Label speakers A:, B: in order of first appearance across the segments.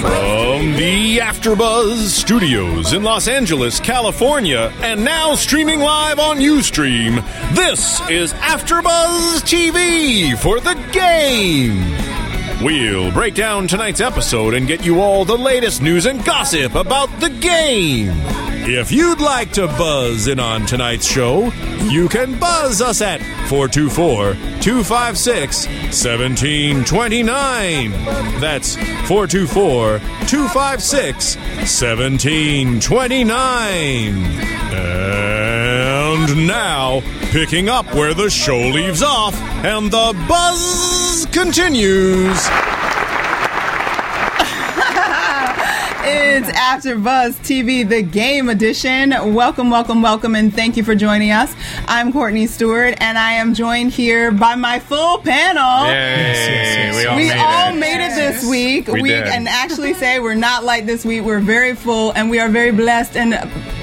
A: From the AfterBuzz Studios in Los Angeles, California, and now streaming live on UStream, this is AfterBuzz TV for the game. We'll break down tonight's episode and get you all the latest news and gossip about the game. If you'd like to buzz in on tonight's show, you can buzz us at 424 256 1729. That's 424 256 1729. Uh, And now, picking up where the show leaves off, and the buzz continues.
B: It's After Buzz TV, the game edition. Welcome, welcome, welcome, and thank you for joining us. I'm Courtney Stewart, and I am joined here by my full panel.
C: We all
B: We
C: made
B: all
C: it.
B: made it this week. We,
C: did.
B: can actually say we're not light this week. We're very full, and we are very blessed and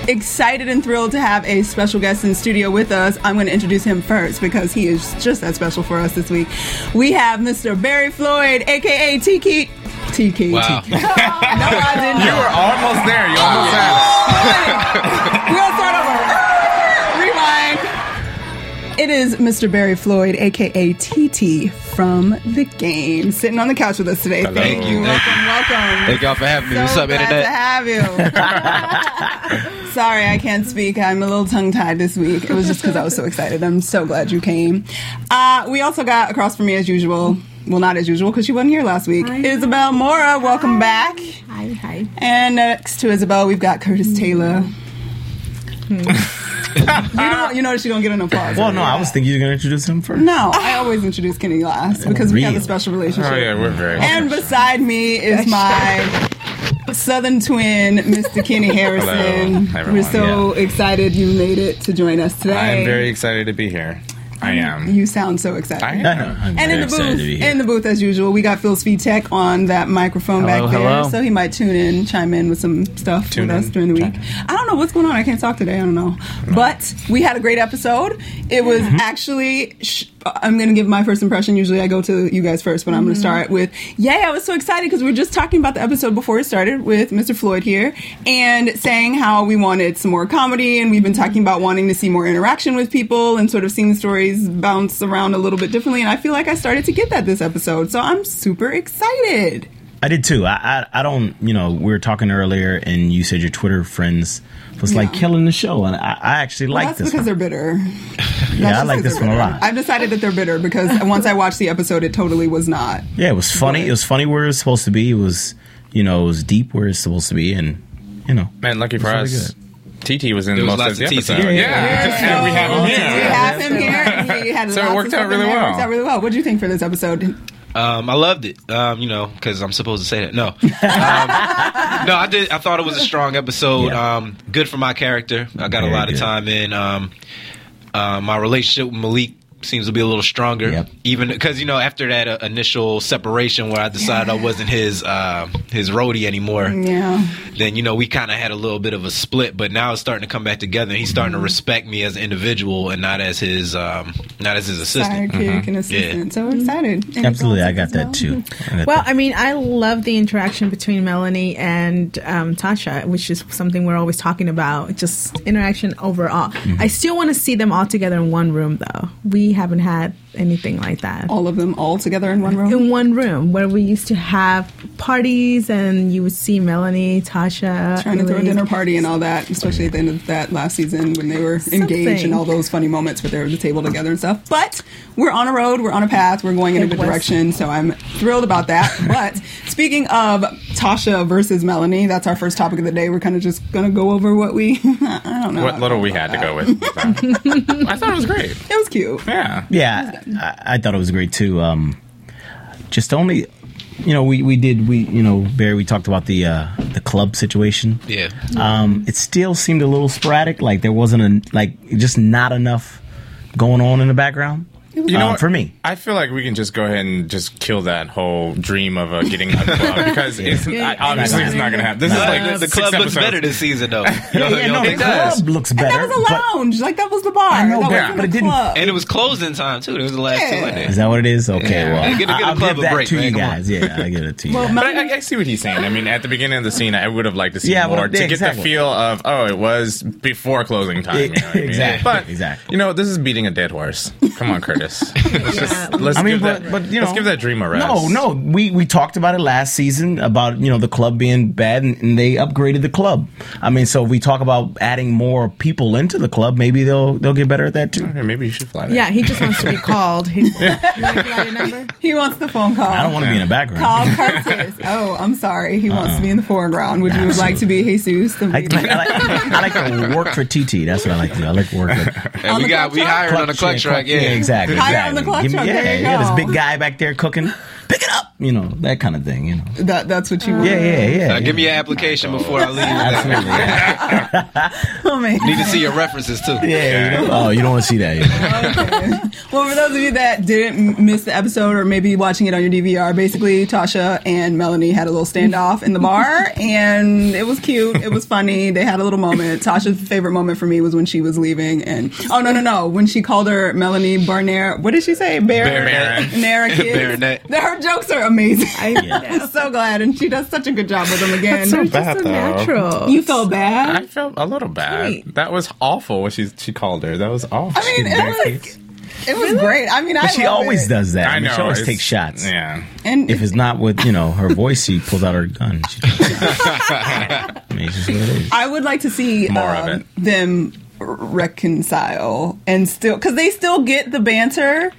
B: excited and thrilled to have a special guest in studio with us. I'm going to introduce him first because he is just that special for us this week. We have Mr. Barry Floyd, aka Tiki. Tiki.
C: Wow.
B: Tiki. no, I didn't.
C: You were almost there. You almost had
B: We're gonna start over. Rewind. It is Mr. Barry Floyd, aka TT from the game, sitting on the couch with us today.
C: Hello.
B: Thank you.
C: Thank
B: Welcome, welcome.
C: it. y'all for having
B: So glad to have you. Sorry, I can't speak. I'm a little tongue tied this week. It was just because I was so excited. I'm so glad you came. Uh, we also got across from me as usual. Well, not as usual because she wasn't here last week. Isabel Mora, welcome back.
D: Hi, hi.
B: And next to Isabel, we've got Curtis Taylor.
D: Hmm.
B: you know, you notice you don't get an applause.
E: Well, no, I was thinking you were gonna introduce him first.
B: no, I always introduce Kenny last because we have a
E: Really?
B: special relationship.
C: Oh yeah, we're very.
B: And beside me is my Southern twin, Mr. Kenny Harrison.
C: Hello, everyone.
B: We're so excited you made it to join us today.
C: I'm very excited to be here. I am.
B: You sound so excited.
C: I am.
B: and in the
E: excited
B: booth,
E: to be here.
B: in the booth as usual, we got Phil Speed Tech on that microphone
F: Hello,
B: back there,
F: hello.
B: so he might tune in, chime in with some stuff
C: Tune
B: with us
C: in,
B: during the week. I don't know what's going on. I can't talk today. I don't know. But we had a great episode. It was actually. Sh- I'm going to give my first impression. Usually, I go to you guys first, but I'm going to start with, yay! I was so excited because we were just talking about the episode before it started with Mr. Floyd here, and saying how we wanted some more comedy, and we've been talking about wanting to see more interaction with people and sort of seeing the stories bounce around a little bit differently. And I feel like I started to get that this episode, so I'm super excited.
E: I did too. I, I I don't. You know, we were talking earlier, and you said your Twitter friends was like killing the show, and I, I actually
B: Well,
E: like
B: that's
E: this.
B: because
E: one.
B: they're bitter.
E: yeah, I
B: Just
E: like
B: 'cause
E: this
B: they're
E: one a
B: bitter.
E: lot.
B: I've decided that they're bitter because once I watched the episode, it totally was not.
E: yeah, it was funny. It was funny where it was supposed to be. It was, you know, it was deep where it's supposed to be, and you know,
C: Man, lucky for
E: It's really
C: us, TT was in
G: was
C: most
G: lots
C: of the
G: of TT.
C: episode.
G: Yeah,
C: Yeah, we have him
B: Oh, We
C: here.
B: have him here. and He had
C: So it
B: lots of
C: worked out
B: stuff in
C: really
B: there. It
C: well.
B: worked out really well. What do you think for this episode?
G: Um, I loved it. Um, you know, because I'm supposed to say that. No, um, no, I did. I thought it was a strong episode.
E: Yeah.
G: Um, good for my character. I got
E: Very
G: a lot
E: good.
G: of time in. Um, uh, my relationship with Malik seems to be a little stronger,
E: Yep.
G: even because you know after that uh, initial separation where I decided I wasn't his uh, his roadie anymore.
E: Mm-hmm.
B: Yeah.
G: Then you know we kind of had a little bit of a split, but now it's starting to come back together. He's starting
E: Mm-hmm.
G: to respect me as an individual and not as his um, not as his assistant.
B: Sidekick
C: Mm-hmm.
B: and assistant. So excited. Any
E: absolutely, I
B: thoughts
E: got
B: as well?
E: that too. I got
D: Well,
E: that.
D: I mean, I love the interaction between Melanie and um, Tasha, which is something we're always talking about. Just interaction overall.
C: Mm-hmm.
D: I still want to see them all together in one room, though. We haven't had anything like that.
B: All of them all together in one room.
D: in one room where we used to have parties and you would see Melanie, Tasha,
B: Trying to throw a
D: Elise.
B: dinner party and all that, especially at the end of that last season when they were engaged
D: Something.
B: and all those funny moments where they were at the table together and stuff. But we're on a road, we're on a path, we're going in a
D: It
B: good
D: was.
B: direction, so I'm thrilled about that. but speaking of Tasha versus Melanie, that's our first topic of the day. We're kind of just going to go over what we, I don't know.
C: What little we had to go with. I thought it was great.
B: It was cute.
C: Yeah.
E: yeah, I, I thought it was great too. Um, just only, you know, we we did we you know Barry we talked about the uh the club situation.
G: Yeah.
E: Uh, Um, it still seemed a little sporadic. Like there wasn't a like just not enough going on in the background.
C: You know,
E: Um,
C: what?
E: for me.
C: I feel like we can just go ahead and just kill that whole dream of uh, getting unplugged because it's
D: Yeah.
C: I, obviously it's not going to happen. This is
G: Uh,
C: like
G: the
C: six
G: club looks
C: episodes.
G: better this season, though.
E: Yeah, yeah, Uh, no, the
G: it does.
E: club looks
B: And
E: better.
B: that was a
E: but-
B: lounge. Like that was the bar.
E: I know,
B: that
E: but-
B: wasn't
E: but
B: a
E: it didn't-
B: club.
G: And it was closing time too. It was the last two in
E: is
G: there.
E: that what it is? Okay,
C: Yeah.
E: well,
G: Give- give
E: I-
G: the
E: I'll
G: club
E: give
G: a
E: that
G: break,
E: to
G: man,
E: you
G: come on.
E: guys. Yeah, I give it to you.
B: Well,
E: guys.
B: my-
C: But I, I see what he's saying. I mean, at the beginning of the scene, I would have liked to see
E: Yeah, I
C: more
E: would've-
C: to
E: yeah,
C: get
E: exactly.
C: the feel of oh, it was before closing time. You know what I mean?
E: Exactly,
C: But
E: exactly.
C: you know, this is beating a dead horse. Come on, Curtis. Let's just let's
E: I mean,
C: give
E: but,
C: that.
E: but you know,
C: let's give that dream a rest.
E: No, no, we we talked about it last season about you know the club being bad and, and they upgraded the club. I mean, so if we talk about adding more people into the club, maybe they'll they'll get better at that too.
C: Okay, maybe you should fly. There.
D: Yeah, he just wants to be called. He, you wanna give out your number?
B: he wants the phone call.
E: I don't want to be in the background.
B: Call Curtis. Oh, I'm sorry. He wants to be in the foreground. Would you like to be Jesus? The
E: I, I, like, I like to work for TT. That's what I like to do. I like to work with.
G: And we
B: the
G: got
B: club
G: we
B: truck?
G: hired on a clutch
E: yeah,
G: truck. Yeah,
E: exactly.
B: Hire on the
E: exactly.
B: club
E: Give me-
B: truck,
E: Yeah,
B: there you
E: yeah,
B: go.
E: this big guy back there cooking. Pick it up, you know that kind of thing. You know.
B: that, that's what you want.
E: Yeah, yeah, yeah.
G: Uh,
E: yeah.
G: give me your application before I leave.
E: Absolutely. Yeah,
B: Oh, man.
G: Need to see your references too.
E: you know? Oh, you don't want to see that. you know.
B: Well, for those of you that didn't m- miss the episode or maybe watching it on your DVR, basically Tasha and Melanie had a little standoff in the bar, and it was cute. It was funny. They had a little moment. Tasha's favorite moment for me was when she was leaving, and oh no, no, no, when she called her Melanie Barnett. What did she say? Bear,
G: Baronet.
B: Nara kids.
G: Baronet.
B: Her jokes are amazing.
D: Yeah.
B: I'm so glad, and she does such a good job with them again.
D: They're
C: bad,
D: just so
C: though.
D: natural.
B: you felt bad.
C: I felt a little bad.
D: Sweet.
C: That was awful. What she she called her. That was awful.
B: I mean,
C: She
B: it was-
C: backwards.
B: It was great. I mean, I
E: But she
B: love
E: always
B: it.
E: does that. I,
C: I
E: mean,
C: know.
E: she always
C: it's-
E: takes shots.
C: Yeah.
B: And
E: If it's not with you know her voice, she pulls out her gun. She- I mean, it's just what it is.
B: I would like to see
C: More
B: um,
C: of it.
B: them reconcile and still because they still get the banter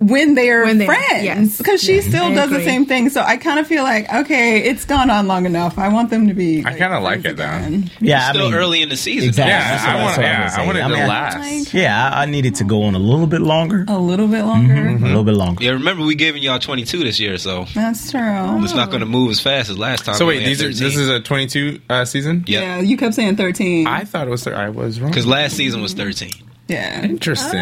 B: when they're
D: When they-
B: friends
D: yes.
B: because she still
D: I
B: does the
D: agree.
B: same thing so i kind of feel like okay it's gone on long enough i want them to be
C: I kind of like it though.
E: Yeah, I
G: Still
E: mean,
G: early in the season.
E: Exactly.
C: Yeah,
E: That's what-
C: I
E: that's
C: want.
E: what I was gonna say.
C: Yeah, I wanted
E: I
C: to
E: mean, I-
C: last.
E: Yeah, I, I needed to go on a little bit longer.
B: a little bit
C: Mm-hmm.
B: longer
E: A little bit longer.
G: Yeah, remember we giving y'all 22 this year, so
B: that's true
G: it's not going to move as fast as last time.
C: So
G: We
C: wait,
G: only
C: these
G: had
C: are this
G: 13.
C: is a 22 uh, season.
G: yeah.
B: yeah you kept saying 13
C: I thought it was. I was wrong.
G: Because last season was 13.
B: yeah
C: Interesting.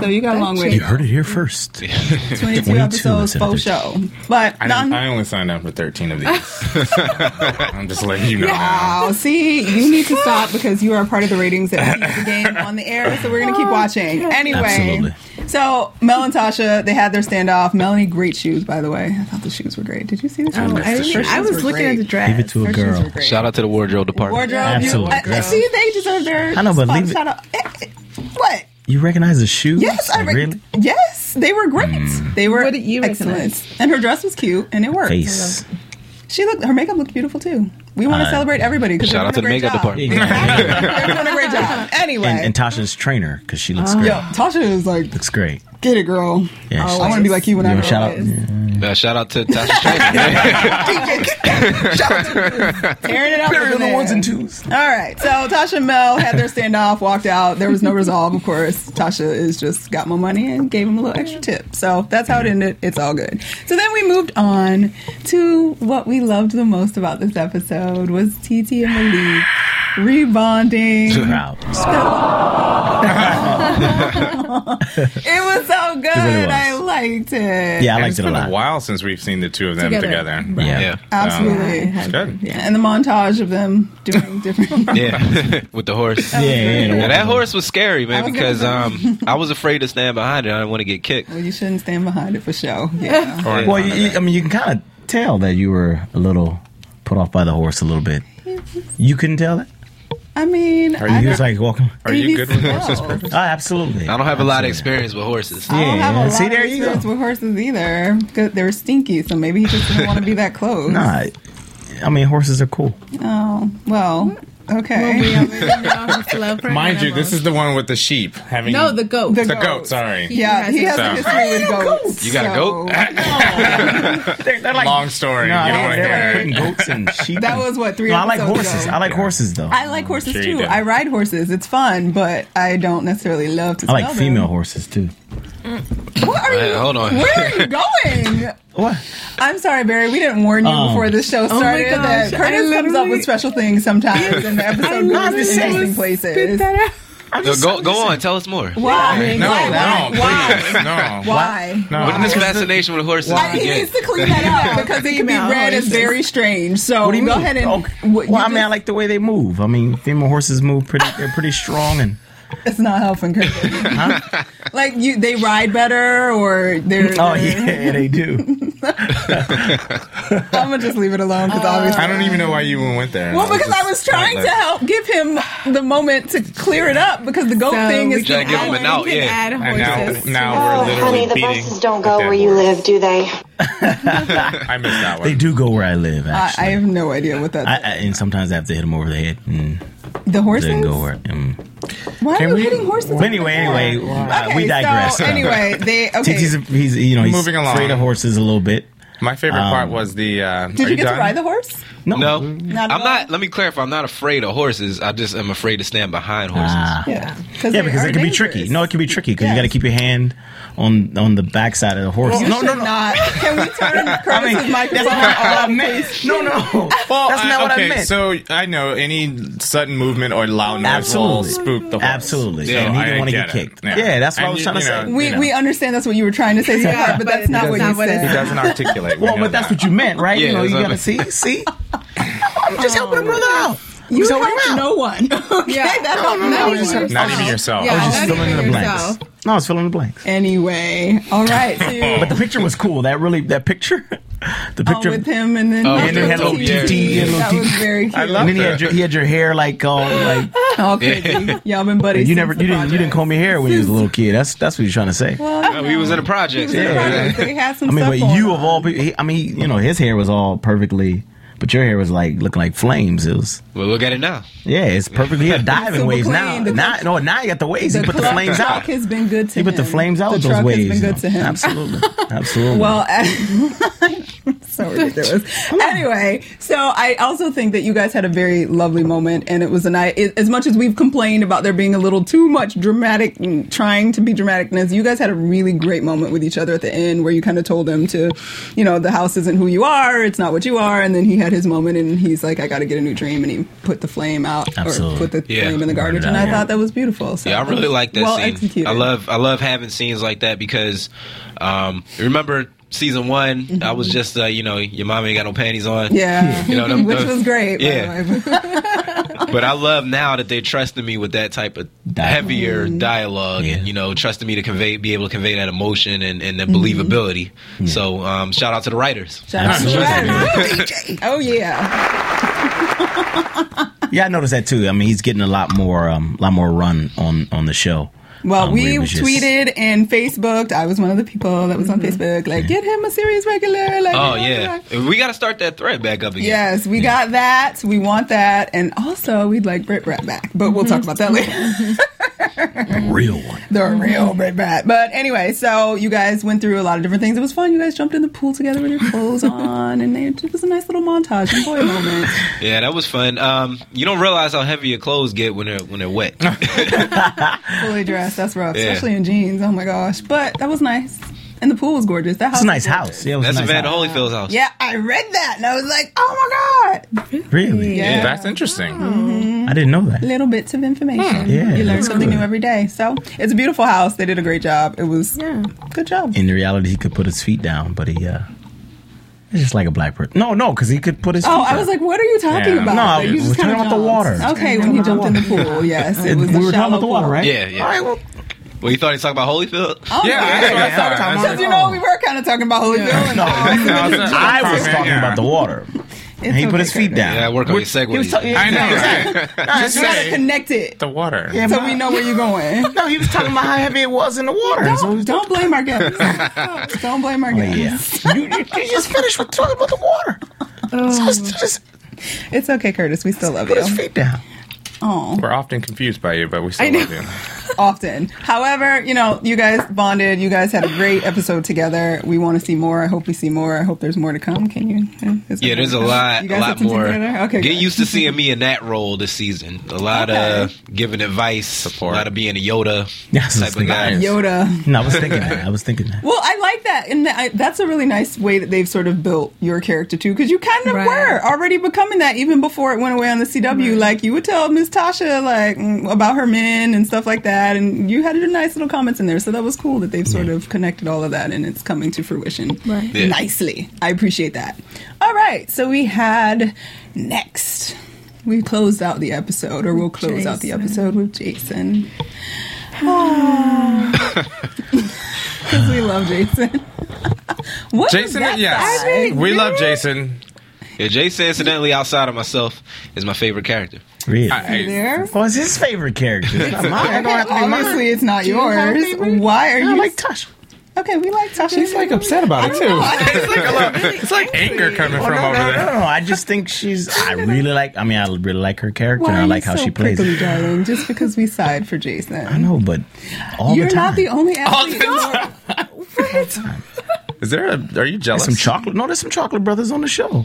B: so you got a long way
E: You heard it here first.
B: 22, episodes
E: 22 instead of
B: full
E: 13.
B: show but
C: I,
B: none-
C: don't, I only signed up for 13 of these. I'm just letting you know. now.
B: Wow. See, you need to stop because you are a part of the ratings that keep the game on the air. So we're going to keep watching. Anyway.
E: Absolutely.
B: So Mel and Tasha, they had their standoff. Melanie, great shoes, by the way. I thought the shoes were great. Did you see the shoes?
D: Oh, I, didn't- I was looking at the dress.
E: Give it to a
B: Her shoes were
E: girl.
B: great.
G: Shout out to the wardrobe department.
B: Wardrobe.
E: Absolutely.
B: You, I, I see, they deserve their
E: I know, but
B: spot.
E: leave it-
B: Shout out. Eh, eh, What?
E: You recognize the shoes?
B: Yes, I
E: Like,
B: rec-
E: really.
B: Yes, they were great.
G: Hmm.
B: They were
D: What did you
B: excellent,
D: recognize?
B: and her dress was cute, and it worked.
E: Face.
B: She looked. Her makeup looked beautiful too. We want to
E: Uh,
B: celebrate everybody because
G: Shout out to the makeup
B: job.
G: department.
E: Exactly.
B: They're doing a great job. Anyway.
E: and, and Tasha's trainer because she looks great.
B: Yo, Tasha is like,
E: Looks great.
B: get it, girl.
E: Yeah,
B: I
E: she's
B: want to be like you when
E: You
B: I
E: know,
B: grow
E: shout
B: up.
E: out. yeah.
G: Uh, shout out to Tasha Traynor.
B: Shout out to tearing it up. over
E: They're the
B: there.
E: ones and twos.
B: All right, so Tasha and Mel had their standoff, walked out. There was no resolve, of course. Tasha is just got more money and gave him a little extra tip. So that's how it ended. It's all good. So then we moved on to what we loved the most about this episode was TT and Malik rebonding.
E: Proud.
B: It was so good.
E: was.
B: I liked it.
E: Yeah, I liked
C: it's
E: it a
C: been a
E: lot.
C: while since we've seen the two of them
D: Together.
C: together.
G: yeah.
E: Yeah.
B: absolutely.
E: Uh-huh.
C: It's good.
B: and the montage of them doing different.
G: Yeah. With the horse.
E: Yeah, yeah, yeah.
G: Yeah, that horse was scary,
B: I
G: man,
B: was
G: because
B: gonna
G: um, I was afraid to stand behind it. I didn't want to get kicked.
B: well, you shouldn't stand behind it for show. Yeah,
C: Or in
E: Well,
C: front
E: you,
C: of
E: you-
C: it.
E: I mean, you can kind of tell that you were a little put off by the horse a little bit. You couldn't tell that.
B: I mean,
C: Are
B: I
E: He
C: you-
E: was like walking.
C: are you good with
B: Maybe
C: horses?
B: so.
C: Purpose?
E: Oh, absolutely.
G: I don't have a lot of experience with horses.
B: I don't have a
E: Yeah,
B: lot
E: see,
B: of
E: there you go.
B: experience with horses either. 'cause They're stinky, so maybe he just didn't want to be that close.
E: Nah, I mean horses are cool.
B: Oh well, okay.
D: We already know his love for
C: Mind you, this
D: animals.
C: is the one with the sheep having
D: no the goat.
C: the
B: goat.
C: goat. Sorry,
B: yeah, he has
D: has
B: a
C: a-
B: history with goats.
G: You got a goat?
B: so-
E: They're, they're like
C: long story.
E: Nah,
C: you don't want to
E: they're like
C: hear it.
E: goats and sheep.
B: That
E: and-
B: was what three.
E: No, I like
B: episodes
E: horses.
B: ago.
E: I like horses though.
B: I like horses
C: Sure you
B: too.
C: do.
B: I ride horses. It's fun, but I don't necessarily love to.
E: I like
B: smell them.
E: female horses too.
B: What are
G: Hey,
B: you?
G: hold on.
B: Where are you going?
E: What?
B: I'm sorry, Barry. We didn't warn you
E: Oh.
B: before the show
D: my
B: started
D: gosh,
B: that
D: I
B: Curtis comes up
D: literally-
B: with special things sometimes, and the episode goes to interesting places.
D: Spit that out.
G: No, go go on. Tell us more.
B: Why?
C: No,
B: why?
C: no,
B: why?
C: please, no.
B: Why?
C: No.
G: When did this fascination with horses
B: I- he
G: begin?
B: needs to clean that up because it can be
D: Female
B: read as
D: horses.
B: very strange. So
E: What do you
B: go
E: mean?
B: ahead and.
E: Okay.
B: what you
E: well, I mean,
B: just-
E: I like the way they move. I mean, female horses move pretty. They're pretty strong, and
B: It's not helping. Chris. Like you, they ride better, or they're.
E: oh
B: they're-
E: yeah, they do.
B: I'm gonna just leave it alone because obviously.
C: I don't even know why you even went there.
B: well, because I was trying to help give him the moment to clear it up because the goat
D: So
B: thing
D: we
B: is
G: Trying
D: can
G: to give
D: add-
G: him an out,
D: we can
G: yeah.
D: add
C: And
D: horses
C: now,
D: to
B: Oh,
C: now we're literally
F: Oh, honey, the
C: beating
F: buses don't
C: a
F: go
C: dead
F: where you
C: horse.
F: live, do they?
C: I missed that one.
E: They do go where I live.
B: I, I
E: Actually,
B: have no idea what
E: I, I,
B: that.
E: and sometimes I have to hit them over the head and
B: the horses.
E: then go where. Um,
B: Why are
E: Can
B: you
E: we-
B: hitting horses?
E: but anyway, anyway, uh,
B: Okay,
E: we digress.
B: So anyway, they okay.
E: He's, he's you know he's
C: Moving along.
E: afraid of horses a little bit.
C: My favorite
E: Um,
C: part was the. Uh,
B: Did
C: are
B: you get
C: done?
B: to ride the horse?
E: No,
G: No,
B: at
G: I'm
B: all.
G: not. Let me clarify. I'm not afraid of horses. I just am afraid to stand behind horses.
E: Ah.
B: Yeah,
E: yeah,
B: they
E: because
B: are
E: it can be
B: dangerous.
E: tricky. No, it can be tricky because
B: Yes.
E: you got to keep your hand on on the backside of the horse.
B: You
E: no,
B: should
E: no, no.
B: not. Can we turn
E: I mean,
B: Curtis's
E: that's
B: microphone
E: not what I
B: off?
E: meant. No, no.
C: Well,
E: that's
C: I-
E: not what
C: okay,
E: I meant.
C: So I know any sudden movement or loud noise will
E: Absolutely.
C: spook the horse.
E: Absolutely.
C: So
E: and he
C: I
E: didn't want to
C: get
E: get
C: it.
E: kicked. Yeah, that's what I
C: And
E: was
C: you-
E: trying to
C: you
E: say.
C: know,
B: We,
C: you know.
B: we understand that's what you were trying to say, sweetheart, but that's
D: but
B: not what
D: that's
B: you
D: not what it
C: He
B: said.
D: is.
C: doesn't articulate. We
E: Well,
C: know
E: but that's
C: that.
E: what you meant, right?
G: Yeah,
E: you know,
G: that's
E: you gotta
G: what I meant.
E: see, see. I'm just helping a brother out.
B: You
E: So
B: helped
E: wow.
B: no one. Okay,
D: Yeah.
B: that helped
D: no,
B: none
D: I was
B: of
D: just
B: you.
D: helping-
C: Not even yourself.
D: Yeah,
E: I was just
D: Not
E: filling in
D: even
E: the blanks.
D: yourself.
E: No, I was filling in the blanks.
B: Anyway, all right. So you,
E: But the picture was cool. That really, that picture, the
B: oh,
E: picture.
B: with him and then
G: Oh,
B: after
G: and then had
B: the
G: a little
B: tea.
G: TT,
E: a little
B: That
E: TT.
B: was very cute.
C: I love
E: And then he
C: that.
E: had, your, he had your hair like all like
B: All
G: Ah.
B: crazy. Y'all been buddies.
E: you
B: since
E: never
B: the
E: you didn't you didn't
B: project.
E: comb your hair when you was a little kid. That's that's what you're trying to say.
G: Oh, we was in a project.
B: The
E: Yeah.
B: project, They had some
E: I mean,
B: stuff
E: but
B: going
E: you
B: on.
E: of all people, he, I mean, he- you know, his hair was all perfectly, but your hair was like looking like flames. It was,
G: Well, look at it now.
E: yeah, it's perfectly. He had diving
B: Super
E: waves
B: clean,
E: now.
B: the
E: Now, no, now he got the waves. he put the
B: club
E: flames
B: truck
E: out.
B: has been good to
E: He
B: him.
E: put the flames out
B: The
E: with those
B: truck
E: waves.
B: has been
E: you
B: good
E: know.
B: to him.
E: Absolutely, absolutely.
B: Well, so ridiculous. anyway, so I also think that you guys had a very lovely moment, and it was a night. As much as we've complained about there being a little too much dramatic, and trying to be dramaticness, you guys had a really great moment with each other at the end, where you kind of told him to, you know, the house isn't who you are, it's not what you are, and then he had his moment, and he's like, I got to get a new dream, and he put the flame out
E: Absolutely.
B: or put the
G: Yeah.
B: flame in the garbage, and I
E: Yeah.
B: thought that was beautiful. So
G: Yeah, I really like that
B: well
G: scene.
B: Executed.
G: I love I love having scenes like that because um, remember season one, I was just uh, you know your mom ain't got no panties on.
B: Mm-hmm. Yeah,
G: You know, them-
B: which
G: those-
B: was great.
G: yeah.
B: By the way.
G: But I love now that they trusted me with that type of heavier
B: Mm-hmm.
G: dialogue
E: Yeah.
G: and you know trusted me to convey be able to convey that emotion and, and the believability. So um, shout out to the writers.
B: Mm-hmm. Shout out to
E: Absolutely.
B: Brad. Oh yeah.
E: yeah, I noticed that too. I mean, he's getting a lot more, um, lot more run on on the show.
B: Well,
E: Um, where
B: we
E: he was just-
B: tweeted and Facebooked. I was one of the people that was on Facebook. Like, get him a serious regular. Like,
G: Oh
B: you know,
G: yeah,
B: like-
G: we got to start that thread back up again.
B: Yes, we got that. We want that, and also we'd like Brit Brat back, but we'll talk about that later.
E: real one.
B: the real Brit Brat. But anyway, so you guys went through a lot of different things. It was fun. You guys jumped in the pool together with your clothes on, and they, it was a nice little montage and boy moment.
G: Yeah, that was fun. Um, you don't realize how heavy your clothes get when they're when they're wet.
B: Fully dressed, that's rough,
G: Yeah.
B: especially in jeans. Oh my gosh, but that was nice, and the pool was gorgeous. That house
E: It's a nice
B: was gorgeous.
E: house. Yeah, it was
G: That's
E: a nice
G: Amanda
E: house.
G: Holyfield's house.
B: Yeah, I read that and I was like, oh my God.
E: Really,
B: Yeah.
C: That's interesting.
E: I didn't know that.
B: Little bits of information.
E: Hmm. Yeah,
B: you learn
E: that's
B: something
E: good.
B: new every day. So it's a beautiful house. They did a great job. It was
D: Yeah.
B: good job.
E: In reality, he could put his feet down, but he, uh, it's just like a black person. No, no, because he could put his.
B: Oh,
E: feet
B: I
E: down.
B: was like, what are you talking
C: Yeah.
B: about?
E: No,
B: Like, you
E: we're
B: just
E: talking
B: kinda
E: about the
B: jumped.
E: water.
B: Okay, when he jumped in the pool, yes. It
E: we
B: was a
E: were talking
B: shallow
E: about the water,
B: pool.
E: right?
G: Yeah, yeah.
E: All right, well,
G: Well, you thought he talking about Holyfield?
B: Oh,
C: Yeah,
B: yeah,
C: that's what I thought. That's
B: Because
C: what-
B: you know, we were kind of talking about Holyfield. and
E: No,
B: all.
C: no, it's not-
E: I was
C: Yeah.
E: talking about the water.
B: It's
E: And he
B: okay,
E: put his feet
B: Curtis.
E: down.
G: Yeah, I work on your segues.
C: I know. right? Just
B: You gotta
C: say
B: connect it
C: the water.
E: Yeah,
B: so
E: but-
B: we know where you're going.
E: No, he was talking about how heavy it was in the water. That's what he
B: Don't, don't
E: was
B: blame our guests. Don't blame our guests.
E: doing. Oh, Yeah. you, you- you just finished with talking about the water. So just, just
B: It's okay, Curtis. We still love
E: put his
B: you.
E: feet down.
B: Oh,
C: We're often confused by you, but we still
D: I know.
C: love you.
B: often. However, you know, you guys bonded. You guys had a great episode together. We want to see more. I hope we see more. I hope there's more to come. Can you? is there
G: Yeah, there's a
B: more to come?
G: lot,
B: You
G: a
B: guys have
G: lot
B: something
G: more.
B: together? Okay.
G: Get
B: good.
G: used to seeing me in that role this season. A lot of giving advice,
C: Support.
G: a lot of being a Yoda
E: Yes,
G: type of guy.
C: nice.
B: Yoda.
E: No, I was thinking that. I was thinking that.
B: Well, I like that, and that, I, that's a really nice way that they've sort of built your character too, because you kind of
D: Right.
B: were already becoming that even before it went away on the CW. Like you would tell Miss Tasha like mm, about her men and stuff like that, and you had your nice little comments in there, so that was cool that they've sort of connected all of that and it's coming to fruition
D: Right.
G: Yeah.
B: nicely. I appreciate that. All right, so we had next. We closed out the episode, or we'll close out the
D: Jason.
B: episode with Jason. Because we love Jason. what was
C: Jason,
B: that
C: yes,
B: side?
C: we love Jason.
G: Yeah, Jason, incidentally, outside of myself, is my favorite character.
E: Really?
C: I-
B: There.
E: Well, it's his favorite character. It's not mine. I don't have to be mine.
B: Obviously, it's not
E: have a
B: yours.
E: favorite?
B: Why are
E: I
B: you
E: like Tasha.
B: okay? We like Tasha.
E: She's like upset about it too.
C: it's like anger coming
E: Oh,
C: from
E: no,
C: over
E: no,
C: there.
E: no, no. I just think she's. I really like. I mean, I really like her character.
B: Why
E: and
B: are
E: I
B: you
E: like how
B: so
E: she plays.
B: prickly,
E: it.
B: darling? Just because we sighed for Jason.
E: I know, but all
B: You're
E: the time.
B: not the only athlete. in the world.
C: Is there a? Are you jealous?
E: some chocolate. No, there's some chocolate brothers on the show.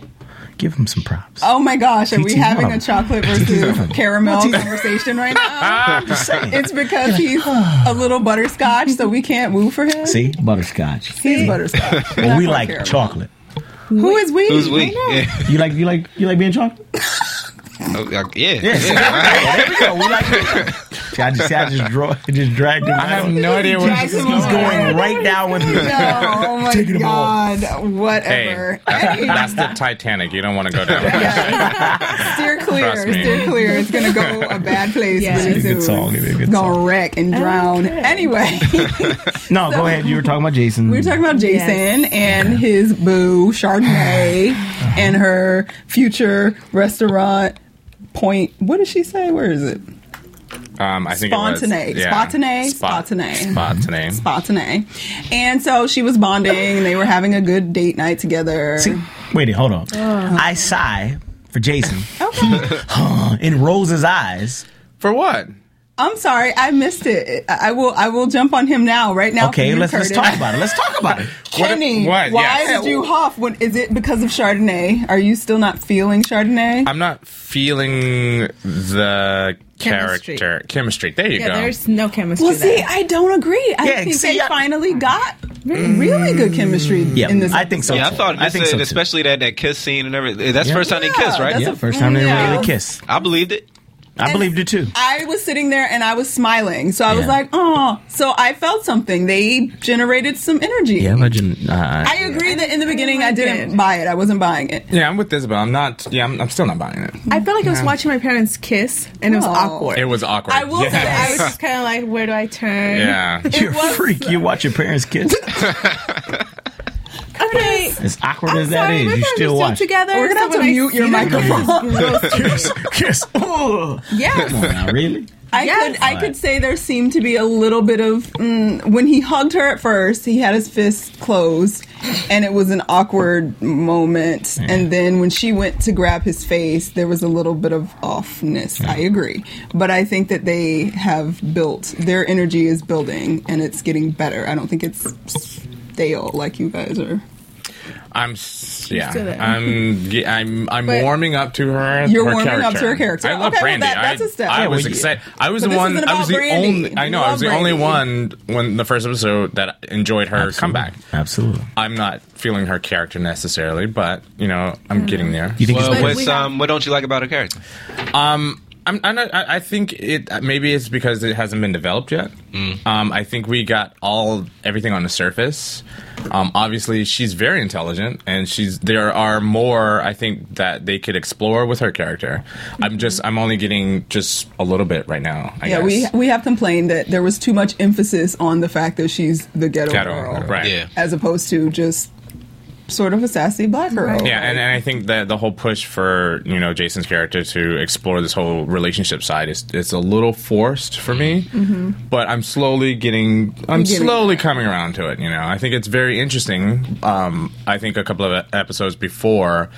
E: Give them some props.
B: Oh my gosh, are we
E: TT1.
B: having a chocolate versus caramel conversation right now?
E: I'm just saying.
B: It's because he's a little butterscotch, so we can't woo for him.
E: See, butterscotch.
B: He's butterscotch.
E: But we
B: Not
E: like
B: caramel.
E: chocolate.
B: Who is we?
G: Who's we? Yeah.
E: You like you like you like being chocolate?
G: Okay, okay, yeah.
E: There we go. We like. being chocolate. See, I just see, I just draw, I just dragged him.
C: I have no idea what this is
B: Jackson was
C: going
B: going-
C: on.
E: going right now with
B: No,
E: you.
B: oh my
E: Taking 'em all.
B: God. Whatever.
C: Hey, that's, that's the Titanic. You don't want to go down.
B: steer clear.
C: Trust me.
B: Steer clear. It's going to go a bad place
D: Yes.
B: really
E: It's a good
B: soon.
E: song, it's a good
B: It's going to
E: song.
B: wreck and drown.
D: Okay.
B: Anyway,
E: No, go ahead. You were talking about Jason.
B: we were talking about
D: Yes.
B: Jason and his boo, Chardonnay,
E: Uh-huh.
B: and her future restaurant point. What did she say? Where is it?
C: Um, I think it was-
B: Spontané. Spontané,
C: Spot-
B: spontané.
C: Spontané.
B: Spotane. And so she was bonding. and They were having a good date night together.
E: See, wait, hold on.
B: Oh.
E: I sigh for Jason.
B: Okay.
E: It rolls his eyes.
C: For what?
B: I'm sorry, I missed it. I I will. I will jump on him now. Right now.
E: Okay,
B: for you,
E: let's let's
B: Curtis.
E: talk about it. Let's talk about it.
B: Kenny,
C: what?
B: why
C: Yes.
B: did you huff? When, is it because of Chardonnay? Are you still not feeling Chardonnay?
C: I'm not feeling the
D: Chemistry.
C: character chemistry. There you
D: Yeah,
C: go.
D: there's no chemistry.
B: well, see,
D: there.
B: I don't agree. I
E: Yeah,
B: think
E: see,
B: they
E: I- Mm.
B: finally got really good chemistry
E: Yeah,
B: in this.
E: I think so.
G: Yeah, I
E: too.
G: thought,
E: I think so.
G: and
E: too.
G: especially that, that kiss scene and everything. That's
E: Yeah.
G: first time
B: Yeah,
G: they kiss, right?
B: that's-
E: Yeah, first time they
B: Yeah.
E: really kiss.
G: I believed it.
E: I believed it too.
B: I was sitting there and I was smiling, so I was
E: Yeah.
B: like, "Oh!" So I felt something. They generated some energy.
E: Yeah, legend. Uh,
B: I agree that in the beginning I
D: like
B: didn't
D: it.
B: buy it. I wasn't buying it.
C: yeah, I'm with this, but I'm not. Yeah, I'm, I'm still not buying it.
D: I felt like I was watching my parents kiss, and it was
B: Oh.
D: awkward.
C: It was awkward.
B: I will
C: yeah.
B: say
D: I was just kind of like, where do I turn?
C: yeah.
E: you're a
B: was-
E: freak. You watch your parents kiss.
D: Okay.
E: As awkward
D: I'm
E: as that
D: sorry,
E: is,
D: my
E: you
D: parents are
E: still watch.
D: together.
B: We're gonna have
D: so
B: to
D: when I
B: mute your
D: see them,
B: microphone.
E: kiss, kiss. Oh.
B: Yes.
E: Come on now, really?
B: I
D: Yes.
B: could I could say there seemed to be a little bit of mm, when he hugged her at first. He had his fist closed, and it was an awkward moment. And then when she went to grab his face, there was a little bit of offness. I agree, but I think that they have built their energy is building, and it's getting better. I don't think it's stale like you guys are.
C: I'm. s-
D: still
C: Yeah.
D: there.
C: I'm. yeah, I'm. I'm
D: But-
C: warming up to her.
B: You're
C: her
B: warming up to
C: character.
B: her character.
C: I love
B: Okay, well,
C: Brandy.
B: that- that's
C: I-
B: a step.
C: I,
B: Yeah,
C: was
E: well, you-
C: excited. I was
B: But
C: the
B: this
C: one.
B: isn't
C: I was the
B: about Brandy.
C: only. I
B: You
C: know. I
B: love
C: was the only
B: Brandy.
C: one when the first episode that enjoyed her comeback.
E: Absolutely.
C: I'm not feeling her character necessarily, but you know, I'm getting there.
E: You think
G: Well,
E: it's
D: But
E: okay?
G: what's,
D: we have-
G: um, what don't you like about her character?
C: I'm, I'm not, I I think it maybe it's because it hasn't been developed yet. Um, I think we got all everything on the surface. Um, obviously, she's very intelligent, and she's there are more I think that they could explore with her character. I'm just I'm only getting just a little bit right now.
B: Mm-hmm.
C: I
B: Yeah, we
C: guess.
B: we have complained that there was too much emphasis on the fact that she's the ghetto,
C: Ghetto,
B: girl,
C: right?
G: Yeah.
B: as opposed to just sort of a sassy black girl.
D: Right.
C: Yeah, and, and I think that the whole push for you know Jason's character to explore this whole relationship side is it's a little forced for me, but I'm slowly getting I'm
B: Getting
C: slowly coming around to it. You know, I think it's very interesting. Um, I think a couple of episodes before,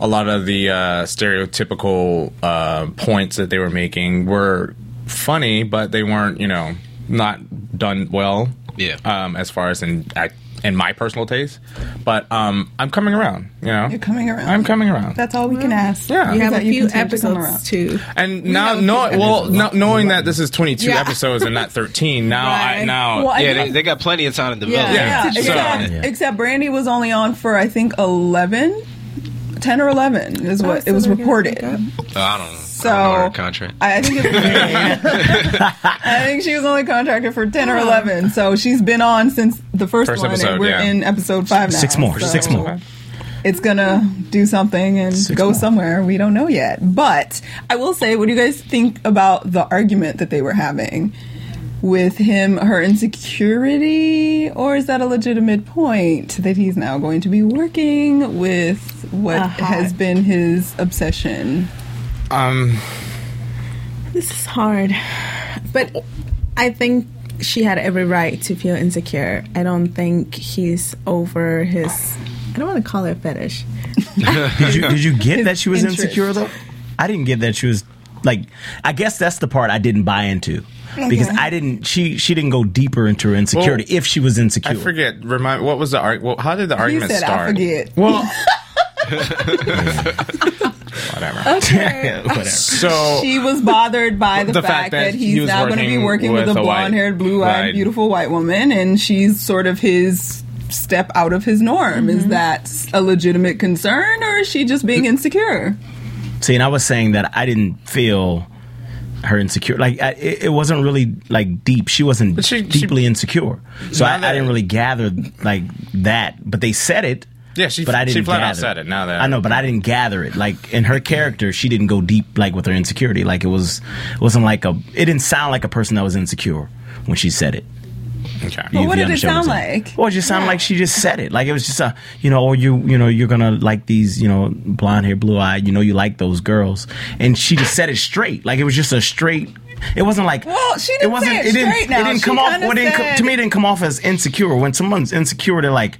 C: a lot of the uh, stereotypical uh, points that they were making were funny, but they weren't you know not done well.
G: Yeah.
C: Um, as far as in act, in my personal taste, but um, I'm coming around. You know,
B: You're coming around.
C: I'm coming around.
B: That's all we can ask.
C: Yeah.
D: You
B: Is
D: have a
B: that you
D: few
B: continue to come around.
D: episodes too.
C: and now,
B: have a
C: know,
B: few
C: well, now, knowing that this is 22
D: Yeah.
C: episodes and not 13, now I
D: Right.
C: now
B: Well, I
G: yeah,
B: think-
G: they, they got plenty of time to
C: Yeah.
G: develop.
B: Yeah,
C: So-
B: except,
E: Yeah.
B: except Brandy was only on for I think 11, 10 or 11
D: Oh,
B: is what it was reported.
G: So Oh, I don't know.
B: So
G: I don't know her contract.
B: I I think it's, I think she was only contracted for 10 or 11. So she's been on since the first,
C: First
B: one
C: episode,
B: and we're
C: yeah.
B: in episode 5 now.
E: Six more,
B: so
E: six more.
B: It's going to do something and
E: Six
B: go
E: more.
B: somewhere we don't know yet. But I will say what do you guys think about the argument that they were having? With him, her insecurity, or is that a legitimate point that he's now going to be working with what
D: Uh-huh.
B: has been his obsession?
C: Um,
D: This is hard, but I think she had every right to feel insecure. I don't think he's over his. I don't want to call it fetish.
E: Did you did you get that she was
B: Interest.
E: insecure though? I didn't get that she was like. I guess that's the part I didn't buy into because I didn't. She she didn't go deeper into her insecurity
C: Well,
E: if she was insecure.
C: I forget. Remind what was the arg? Well, how did the argument
B: said, "I
C: start?
B: forget.
C: Well, whatever.
E: Oh, Yeah, Whatever.
C: So
B: she was bothered by the,
C: The
B: fact, that, he's
C: was
B: now going to be
C: working
B: working
C: with
B: with, a
C: a white-
B: blonde haired, blue eyed,
C: right.
B: beautiful white woman, and she's sort of his step out of his norm. Is that a legitimate concern, or is she just being insecure?
E: See, and I was saying that I didn't feel her insecure. Like I, it, it wasn't really like deep. She wasn't
C: she- she-
E: deeply insecure. So I,
C: Now that-
E: I didn't really gather like that. But they said it.
C: Yeah, she-
E: But I
C: she
E: didn't
C: flat out
E: gather
C: said it, now that-
E: I know, but I didn't gather it. Like in her character, she didn't go deep like with her insecurity. Like it was, it wasn't like a. It didn't sound like a person that was insecure when she said it.
C: okay.
E: You-
B: what did
E: you
B: it
E: understand what I'm
B: sound
E: saying?
B: like?
E: Well, it just sounded like she just said it. Like it was just a, you know, or you, you know, you're gonna like these, you know, blonde hair, blue eyed. You know, you like those girls, and she just said it straight. Like it was just a straight. It wasn't like.
B: Well, she didn't say it
E: didn't.
B: straight now.
E: It didn't
B: She
E: come off.
B: kinda
E: What didn't come,
B: said-
E: to me? It didn't come off as insecure. When someone's insecure, they're like,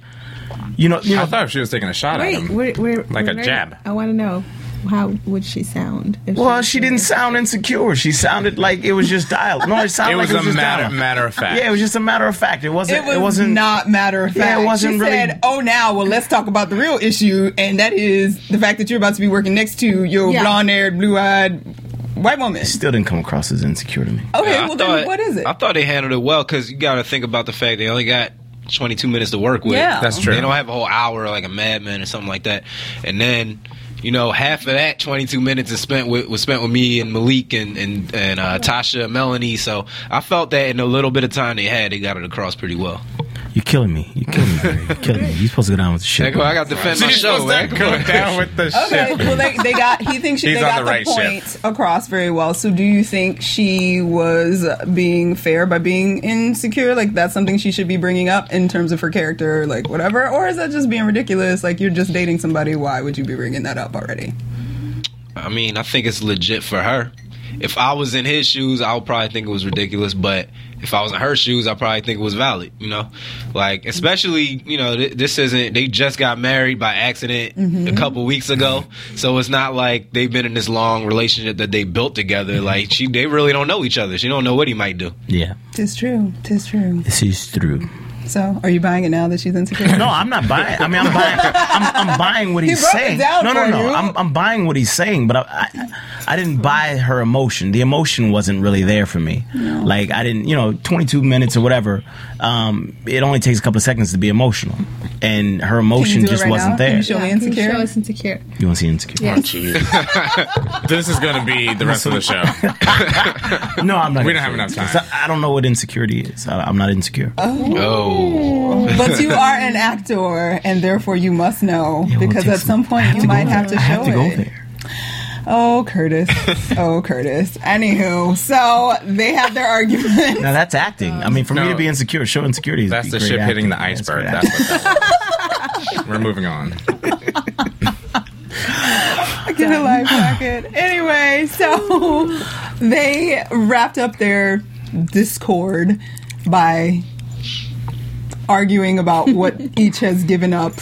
E: you know, you know.
C: I thought she was taking a shot at
D: Wait,
C: him.
D: we're, we're
C: Like a
D: we're-
C: jab.
D: I want to know how would she sound? If
E: well,
D: was
E: she didn't
D: doing
E: sound insecure. She sounded like it was just dialed. No, it sounded
C: It
E: like
C: was
E: it was
C: a
E: just
C: matter
E: dialogue.
C: matter of fact.
E: Yeah, it was just a matter of fact. It wasn't.
B: It
E: It,
B: was
E: wasn't
B: not matter of fact.
E: Yeah, it wasn't
B: she
E: really-
B: said, "Oh, now, well, let's talk about the real issue, and that is the fact that you're about to be working next to your
D: Yeah.
B: blonde-haired, blue-eyed white woman."
E: Still didn't come across as insecure to me.
B: Okay,
G: Yeah, I
B: well
G: thought-
B: then, what is it?
G: I thought they handled it well because you got to think about the fact they only got 22 minutes to work with.
B: Yeah. That's
C: true.
G: They don't have a whole hour like a madman or something like that. And then, you know, half of that 22 minutes is spent with was spent with me and Malik and and, and uh, Tasha and Melanie. So I felt that in a little bit of time they had, they got it across pretty well.
E: You're killing me. You're killing me. Barry. You're killing me. You're supposed to go down with the shit.
G: Heck, I got to defend my
C: She's
G: show,
C: supposed
G: man.
C: to
G: Come on.
C: go down with the
B: Okay,
C: ship.
B: well they, they got he thinks she,
C: He's
B: they
C: on
B: got
C: the
B: the,
C: right
B: point
C: shift.
B: across very well. So do you think she was being fair by being insecure? Like that's something she should be bringing up in terms of her character, like whatever, or is that just being ridiculous? Like you're just dating somebody, why would you be bringing that up already?
G: I mean, I think it's legit for her. If I was in his shoes, I would probably think it was ridiculous. But if I was in her shoes, I probably think it was valid. You know, like especially you know th- this isn't they just got married by accident
B: Mm-hmm.
G: a couple weeks ago, so it's not like they've been in this long relationship that they built together. Like she, they really don't know each other. She don't know what he might do.
E: Yeah.
B: Tis true, tis true.
E: This is true.
B: So are you buying it now that she's insecure?
E: No, I'm not buying. I mean, I'm buying. I'm, I'm buying what
B: He
E: he's
B: broke it
E: saying.
B: down
E: no, no,
B: for
E: no.
B: you.
E: I'm, I'm buying what he's saying, but I, I, I didn't buy her emotion. The emotion wasn't really there for me. Like I didn't, you know, 22 minutes or whatever. Um, it only takes a couple of seconds to be emotional, and her
B: Can you
E: emotion
B: do it
E: just
B: right
E: wasn't
B: now? Can
E: there.
B: you show me
D: Yeah, can you
B: insecure?
D: Show us insecure.
E: you want to see insecure?
D: Yes.
C: this is going to be the rest of the show.
E: No, I'm not.
C: We
E: gonna
C: don't have
E: show
C: enough
E: you.
C: time.
E: I I don't know what insecurity is. I, I'm not insecure.
G: Oh,
B: but you are an actor, and therefore you must know
E: Yeah, well, it
B: because at
E: takes-
B: some
E: I
B: point you
E: go
B: might
E: there.
B: have to show
E: I have to go
B: it.
E: there.
B: Oh, Curtis. Oh, Curtis. Anywho, so they have their argument.
E: Now that's acting. I mean, for
C: No.
E: me to be insecure, show insecurity. Is
C: That's the
E: great
C: ship
E: acting.
C: hitting the
E: That's
C: iceberg.
E: great
C: That's, what that was. We're moving on.
B: Back in a life pocket. Anyway, so they wrapped up their discord by arguing about what each has given up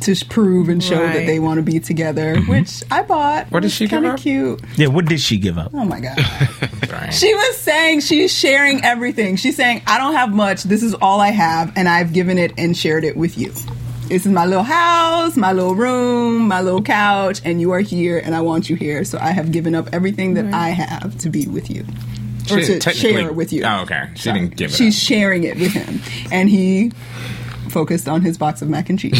B: to sh- prove and show that
D: Right.
B: they want to be together, which I bought.
C: What did she give
B: Kind
C: up?
B: of cute.
E: Yeah, what did she give up?
B: Oh my god. she was saying she's sharing everything. She's saying I don't have much. This is all I have, and I've given it and shared it with you. This is my little house, my little room, my little couch, and you are here, and I want you here. So I have given up everything that I have to be with you, or
C: She
B: to
C: technically-
B: share with you.
C: Oh, okay. She didn't give it.
B: She's
C: up.
B: sharing it with him, and he focused on his box of mac and cheese.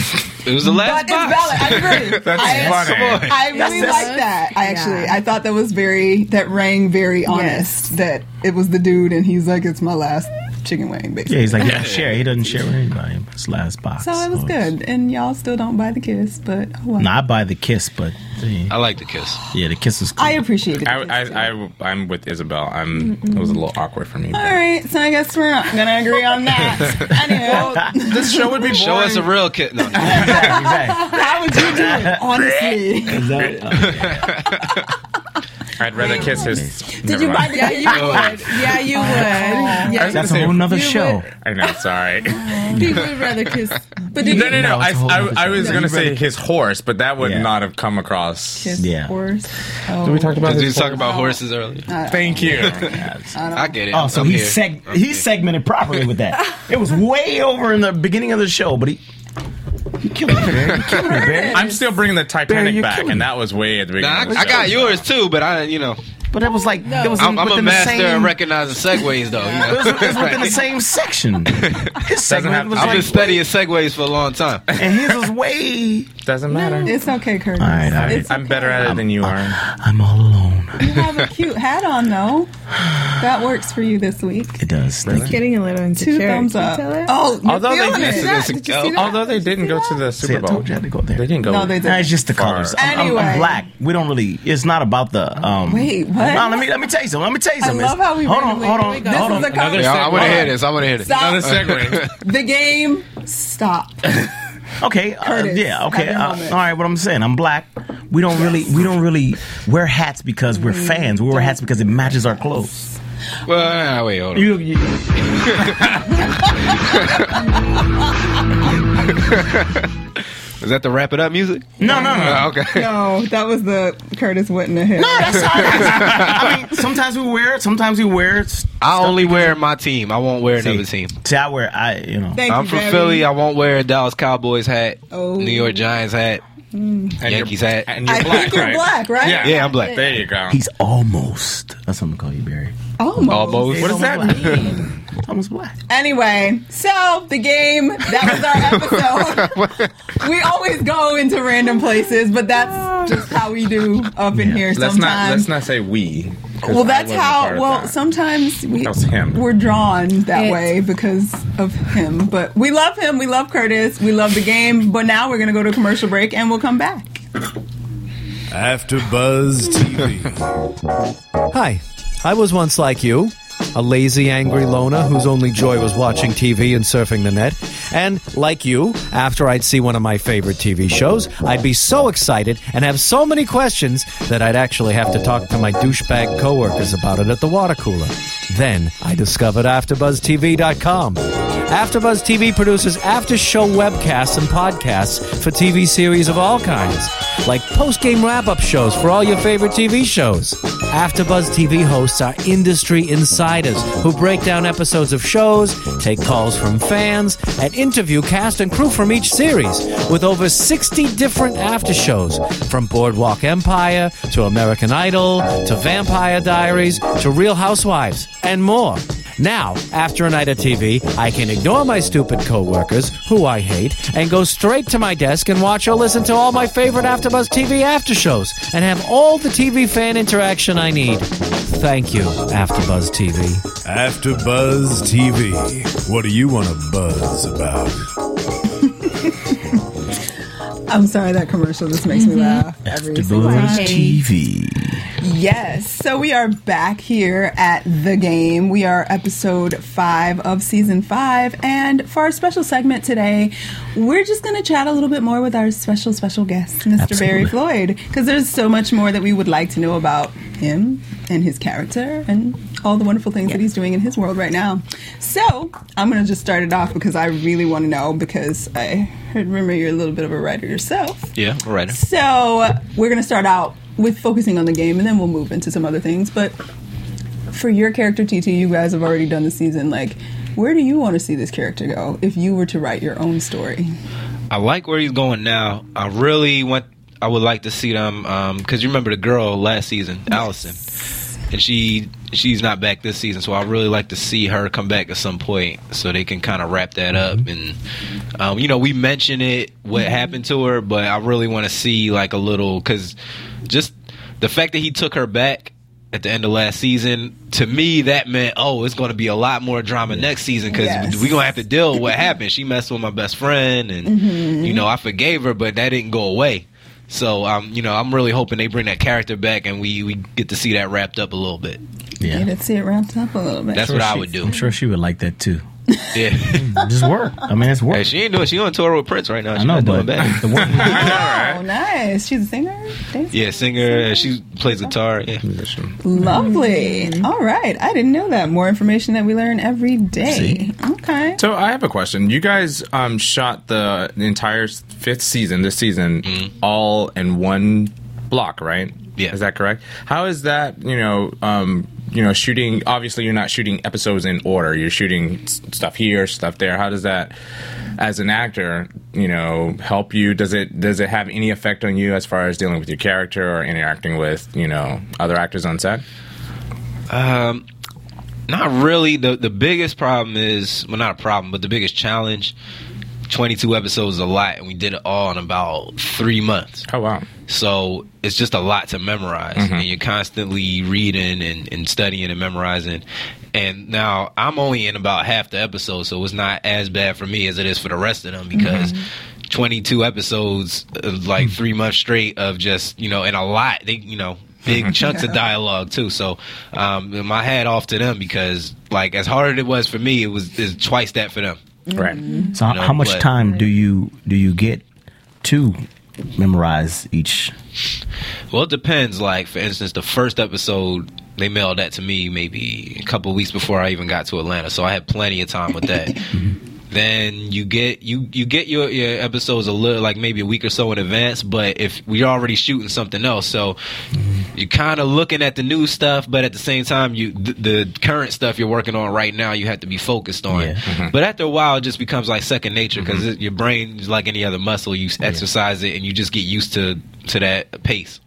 G: It was the
B: But
G: last
B: it's
G: box.
B: valid. I agree.
C: That's
B: I,
C: funny.
B: I really like that. I actually, I thought that was very that rang very honest. That it was the dude, and he's like, "It's my last chicken wing." Basically.
E: Yeah, he's like, yeah, share. He doesn't share with anybody. It's last box.
B: so it was
E: it's-
B: good, and y'all still don't buy the kiss, but oh well.
E: No, I buy the kiss, but yeah,
G: I like the kiss.
E: yeah, the kiss was cool.
B: I appreciate it.
C: I, I, I, I'm with Isabel. I'm. It was a little awkward for me. but-
B: All right, so I guess we're not gonna agree on that. Anyway,
C: This show would be
G: Show us a
C: boring.
G: real kiss. No, no.
E: exactly.
B: how would you do it, honestly?
C: I'd rather kiss his.
B: Did you buy the? Yeah, you
D: would.
B: Oh.
D: Yeah, you would. Yeah,
E: That's a whole nother
D: You
E: show.
D: would-
C: I know. Sorry.
D: he would rather kiss. But did
C: No, no, no.
E: No,
C: I,
E: it's a whole
C: I,
E: different
C: I
E: show.
C: was
E: Yeah,
C: gonna
E: you
C: say
E: better-
C: his horse, but that would
E: Yeah.
C: not have come across.
E: Yeah.
B: Oh.
C: talked about
G: Did we talk about horses earlier?
C: Thank you.
G: I get it.
E: Oh, so
G: I'm
E: he
G: here.
E: seg-
G: I'm
E: he
G: here.
E: segmented properly with that. It was way over in the beginning of the show, but he you killed it, Barry. You killed it, Barry.
C: I'm still bringing the
E: Barry,
C: Titanic
E: you're
C: back,
E: killing
C: and
E: me.
C: that was way at the
G: Nah,
C: beginning.
G: I,
C: of the
G: I
C: show.
G: got yours too, but I, you know,
E: But it was like it was in-
G: I'm, I'm a
E: within the
G: master at
E: same.
G: recognizing segues, though. You
E: It was,
G: know?
E: it was within the same section. His
C: have-
E: segment was
C: I'm
G: I've
E: like,
G: been studying segues for a long time.
E: and his was way.
C: Doesn't matter.
B: It's okay, Curtis.
E: All right, all right.
B: It's
C: I'm better at it than you are.
E: I'm all alone.
B: You have a cute hat on though. That works for you this week.
E: It does. Thank you.
D: Getting a little insecure.
B: Two thumbs
D: Can you
B: up.
D: tell it?
B: Oh, you're
C: Although they
B: feeling
C: did-
B: it.
G: This- this-
D: Did you see that?
C: Although they didn't go to the
E: See, I
C: Super Bowl.
E: told you I had to
C: They
E: go there.
C: didn't go.
B: No, they
E: Nah,
B: didn't.
E: it's just the
C: Far.
E: colors. I'm, I'm- I'm
B: Anyway.
E: black. We don't really. It's not about the. Um,
B: Wait, what?
E: No, let me let me tell you something. Let me tell you
B: I
E: something.
B: love
E: It's-
B: how we
E: hold
B: ran
E: on,
B: away.
E: hold
B: Here
E: on,
B: we go.
E: hold
B: This
E: on.
B: is a conversation.
G: Yeah, I want to
C: Segway.
G: hear this. I want to hear this.
B: Stop.
C: Another segue.
B: The game stopped.
E: Okay, uh,
B: Curtis,
E: yeah, okay.
B: have your
E: Uh,
B: moment.
E: all right, what I'm saying, I'm black. We don't really, we don't really wear hats because
B: Mm.
E: we're fans. We wear hats because it matches our clothes.
G: Well, nah, wait, hold on.
E: You, you-
G: Is that the wrap it up music?
E: no, no, no.
G: Oh, okay.
B: No, that was the Curtis wouldn't have hit.
E: No, that's all right. I mean, sometimes we wear it. Sometimes we wear it.
G: I only wear my team. I won't wear another
E: See,
G: team.
E: see, I wear. I, you know.
B: Thank
G: I'm
B: you,
G: from
B: Barry.
G: Philly. I won't wear a Dallas Cowboys hat,
B: Oh.
G: New York Giants hat,
C: And you're-
G: Yankees hat.
C: And
B: I
C: you're black,
B: think you're
C: right?
B: black, right?
C: Yeah.
G: Yeah, I'm black.
C: There you go.
E: He's almost. That's what I'm gonna call you, Barry.
B: Almost.
G: Almost.
C: What does that
E: Almost
C: mean?
E: black. Almost black.
B: Anyway, so the game, that was our episode. we always go into random places, but that's just how we do up in
E: Yeah.
B: here
C: Let's
B: sometimes.
C: not let's not say we. 'cause
B: well,
C: I
B: that's
C: wasn't part
B: how.
C: of
B: Well,
C: that.
B: sometimes we
C: That was him.
B: we're drawn that
D: It.
B: way because of him. But we love him. We love Curtis. We love the game. But now we're gonna go to a commercial break and we'll come back.
F: After Buzz TV.
H: Hi, I was once like you, a lazy, angry loner whose only joy was watching TV and surfing the net. And like you, after I'd see one of my favorite TV shows, I'd be so excited and have so many questions that I'd actually have to talk to my douchebag coworkers about it at the water cooler. Then I discovered AfterBuzzTV.com. AfterBuzz TV produces after-show webcasts and podcasts for TV series of all kinds, like post-game wrap-up shows for all your favorite TV shows. AfterBuzz TV hosts are industry insiders who break down episodes of shows, take calls from fans, and interview cast and crew from each series with over 60 different aftershows from Boardwalk Empire to American Idol to Vampire Diaries to Real Housewives and more. Now, after a night of TV, I can ignore my stupid coworkers, who I hate, and go straight to my desk and watch or listen to all my favorite AfterBuzz TV after shows and have all the TV fan interaction I need. Thank you, AfterBuzz TV.
F: After Buzz TV. What do you want to buzz about?
B: I'm sorry that commercial just makes me laugh. Every
E: The
B: single time.
E: Buzz TV.
B: Yes. So we are back here at the game. We are episode five of season five. And for our special segment today, we're just going to chat a little bit more with our special, special guest, Mr. Barry
E: Absolutely.
B: Floyd, because there's so much more that we would like to know about him and his character and all the wonderful things that he's doing in his world right now. So I'm going to just start it off because I really want to know because I heard remember you're a little bit of a writer yourself.
G: Yeah, all right.
B: So uh, we're going to start out with focusing on the game, and then we'll move into some other things. But for your character, TT, you guys have already done the season. Like, where do you want to see this character go if you were to write your own story?
G: I like where he's going now. I really want. I would like to see them because you remember the girl last season, Allison, and she she's not back this season. So I really like to see her come back at some point so they can kind of wrap that up. And um, you know, we mentioned it what happened to her, but I really want to see like a little because just the fact that he took her back at the end of last season to me that meant oh it's going to be a lot more drama next season because
B: Yes.
G: we're going to have to deal with what happened she messed with my best friend and you know i forgave her but that didn't go away so um, you know i'm really hoping they bring that character back and we, we get to see that wrapped up a little bit
E: Yeah.
B: Yeah, let's see it wrapped up a little bit.
G: that's what i would do
E: I'm sure she would like that too.
G: yeah
E: Just work. I mean, it's work.
G: Hey, she ain't doing she on tour with prince right now
E: Hmm. I
G: she's
E: know,
G: not
E: but
G: doing bad
E: the work.
B: Oh, nice. She's a singer? Dancer?
G: yeah singer uh, she plays guitar yeah
B: Lovely. All right. I didn't know that. More information that we learn every day.
E: See?
B: Okay.
C: So I have a question. You guys um, shot the, the entire s- fifth season, this season, all in one block, right?
G: Yeah.
C: Is that correct? How is that? You know, um, you know, shooting. Obviously, you're not shooting episodes in order. You're shooting s- stuff here, stuff there. How does that, as an actor, you know, help you? Does it does it have any effect on you as far as dealing with your character or interacting with you know other actors on set?
G: Um, not really. the The biggest problem is well, not a problem, but the biggest challenge. Twenty two episodes is a lot, and we did it all in about three months.
C: Oh wow.
G: So it's just a lot to memorize, and you're constantly reading and, and studying and memorizing. And now I'm only in about half the episode, so it's not as bad for me as it is for the rest of them because 22 episodes, uh, like three months straight of just you know, and a lot. They you know. Big chunks of dialogue too, so um, my hat off to them because, like, as hard as it was for me, it was is twice that for them.
C: Right.
E: So how,
G: No,
E: how much
G: but-
E: time do you do you get to memorize each?
G: Well, it depends. Like, for instance, the first episode, they mailed that to me maybe a couple weeks before I even got to Atlanta, so I had plenty of time with that. then you get you you get your, your episodes a little like maybe a week or so in advance, but if we're already shooting something else, so you're kind of looking at the new stuff, but at the same time, you th- the current stuff you're working on right now, you have to be focused on.
E: Yeah.
G: But after a while, it just becomes like second nature because your brain is like any other muscle. You exercise it, and you just get used to to that pace.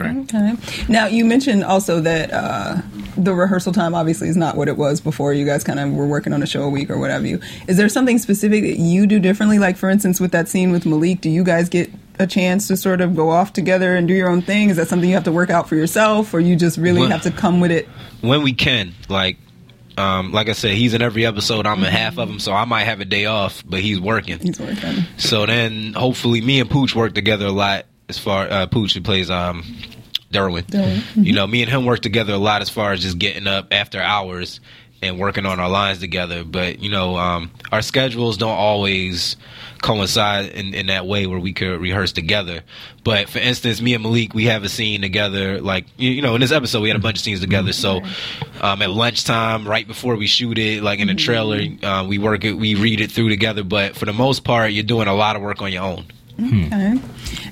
B: Okay. Now you mentioned also that uh, the rehearsal time obviously is not what it was before. You guys kind of were working on a show a week or whatever. You is there something specific that you do differently? Like for instance, with that scene with Malik, do you guys get a chance to sort of go off together and do your own thing? Is that something you have to work out for yourself, or you just really
G: Well-
B: have to come with it?
G: when we can. Like, um, like I said, he's in every episode. I'm in half of them, so I might have a day off, but he's working.
B: He's working.
G: So then, hopefully, me and Pooch work together a lot. As far uh, Pooch, who plays um, Derwin, you know, me and him work together a lot as far as just getting up after hours and working on our lines together. But you know, um, our schedules don't always coincide in, in that way where we could rehearse together. But for instance, me and Malik, we have a scene together. Like you, you know, in this episode, we had a bunch of scenes together. So um, at lunchtime, right before we shoot it, like in the trailer, uh, we work it, we read it through together. But for the most part, you're doing a lot of work on your own.
B: Okay.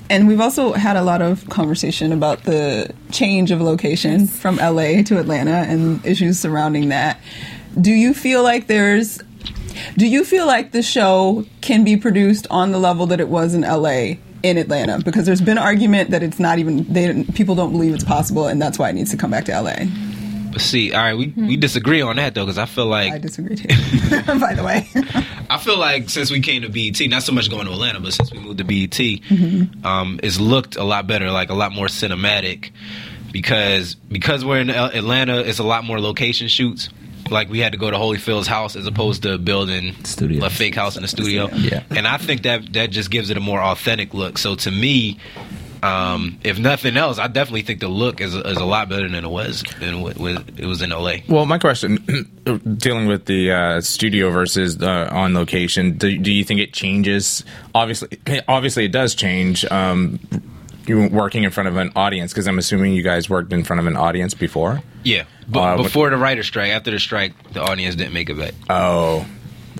B: And we've also had a lot of conversation about the change of location from LA to Atlanta and issues surrounding that. Do you feel like there's do you feel like the show can be produced on the level that it was in LA in Atlanta? Because there's been argument that it's not even they didn't- people don't believe it's possible and that's why it needs to come back to LA.
G: But see, all right, we, we disagree on that though, because I feel like
B: I disagree too. By the way.
G: I feel like since we came to BET, not so much going to Atlanta, but since we moved to BET, um, it's looked a lot better, like a lot more cinematic, because because we're in Al- Atlanta, it's a lot more location shoots. Like we had to go to Holyfield's house as opposed to building
E: Studio.
G: a fake house in the studio.
E: Yeah.
G: and I think that that just gives it a more authentic look. So to me. Um, if nothing else, I definitely think the look is is a lot better than it was than what was it was in LA.
C: Well, my question, dealing with the uh, studio versus the on location, do, do you think it changes? Obviously, obviously, it does change. Um, you working in front of an audience because I'm assuming you guys worked in front of an audience before.
G: Yeah, but
C: Uh, but-
G: before the writer strike, after the strike, the audience didn't make it back.
C: Oh,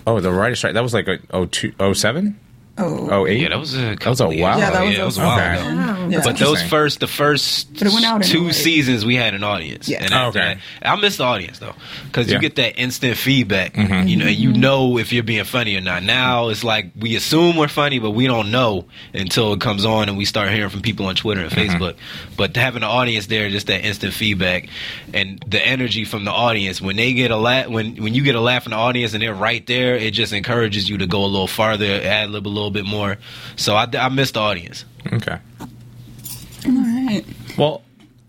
C: oh, the writer's strike. That was like a oh two oh seven. Oh, eight.
G: yeah, that was
C: was
G: a
C: a
G: couple of years
C: while.
G: ago.
B: Yeah, that was a-
G: a while
C: Okay.
G: ago.
D: Wow.
B: Yeah.
G: But those
C: Interesting.
G: first, the first
B: But it went out
G: two
B: anyway.
G: seasons, we had an audience.
B: Yes.
G: And after
C: Okay.
G: that, I miss the audience though, because
C: Yeah. Mm-hmm.
G: you get that instant feedback. You know, you
B: Mm-hmm.
G: know if you're being funny or not. Now it's like we assume we're funny, but we don't know until it comes on and we start hearing from people on Twitter and
C: Mm-hmm.
G: Facebook. But having an audience there, just that instant feedback and the energy from the audience when they get a laugh, when when you get a laugh from the audience and they're right there, it just encourages you to go a little farther, ad lib a little bit more. So I, I miss the audience.
C: Okay.
B: All right.
C: Well,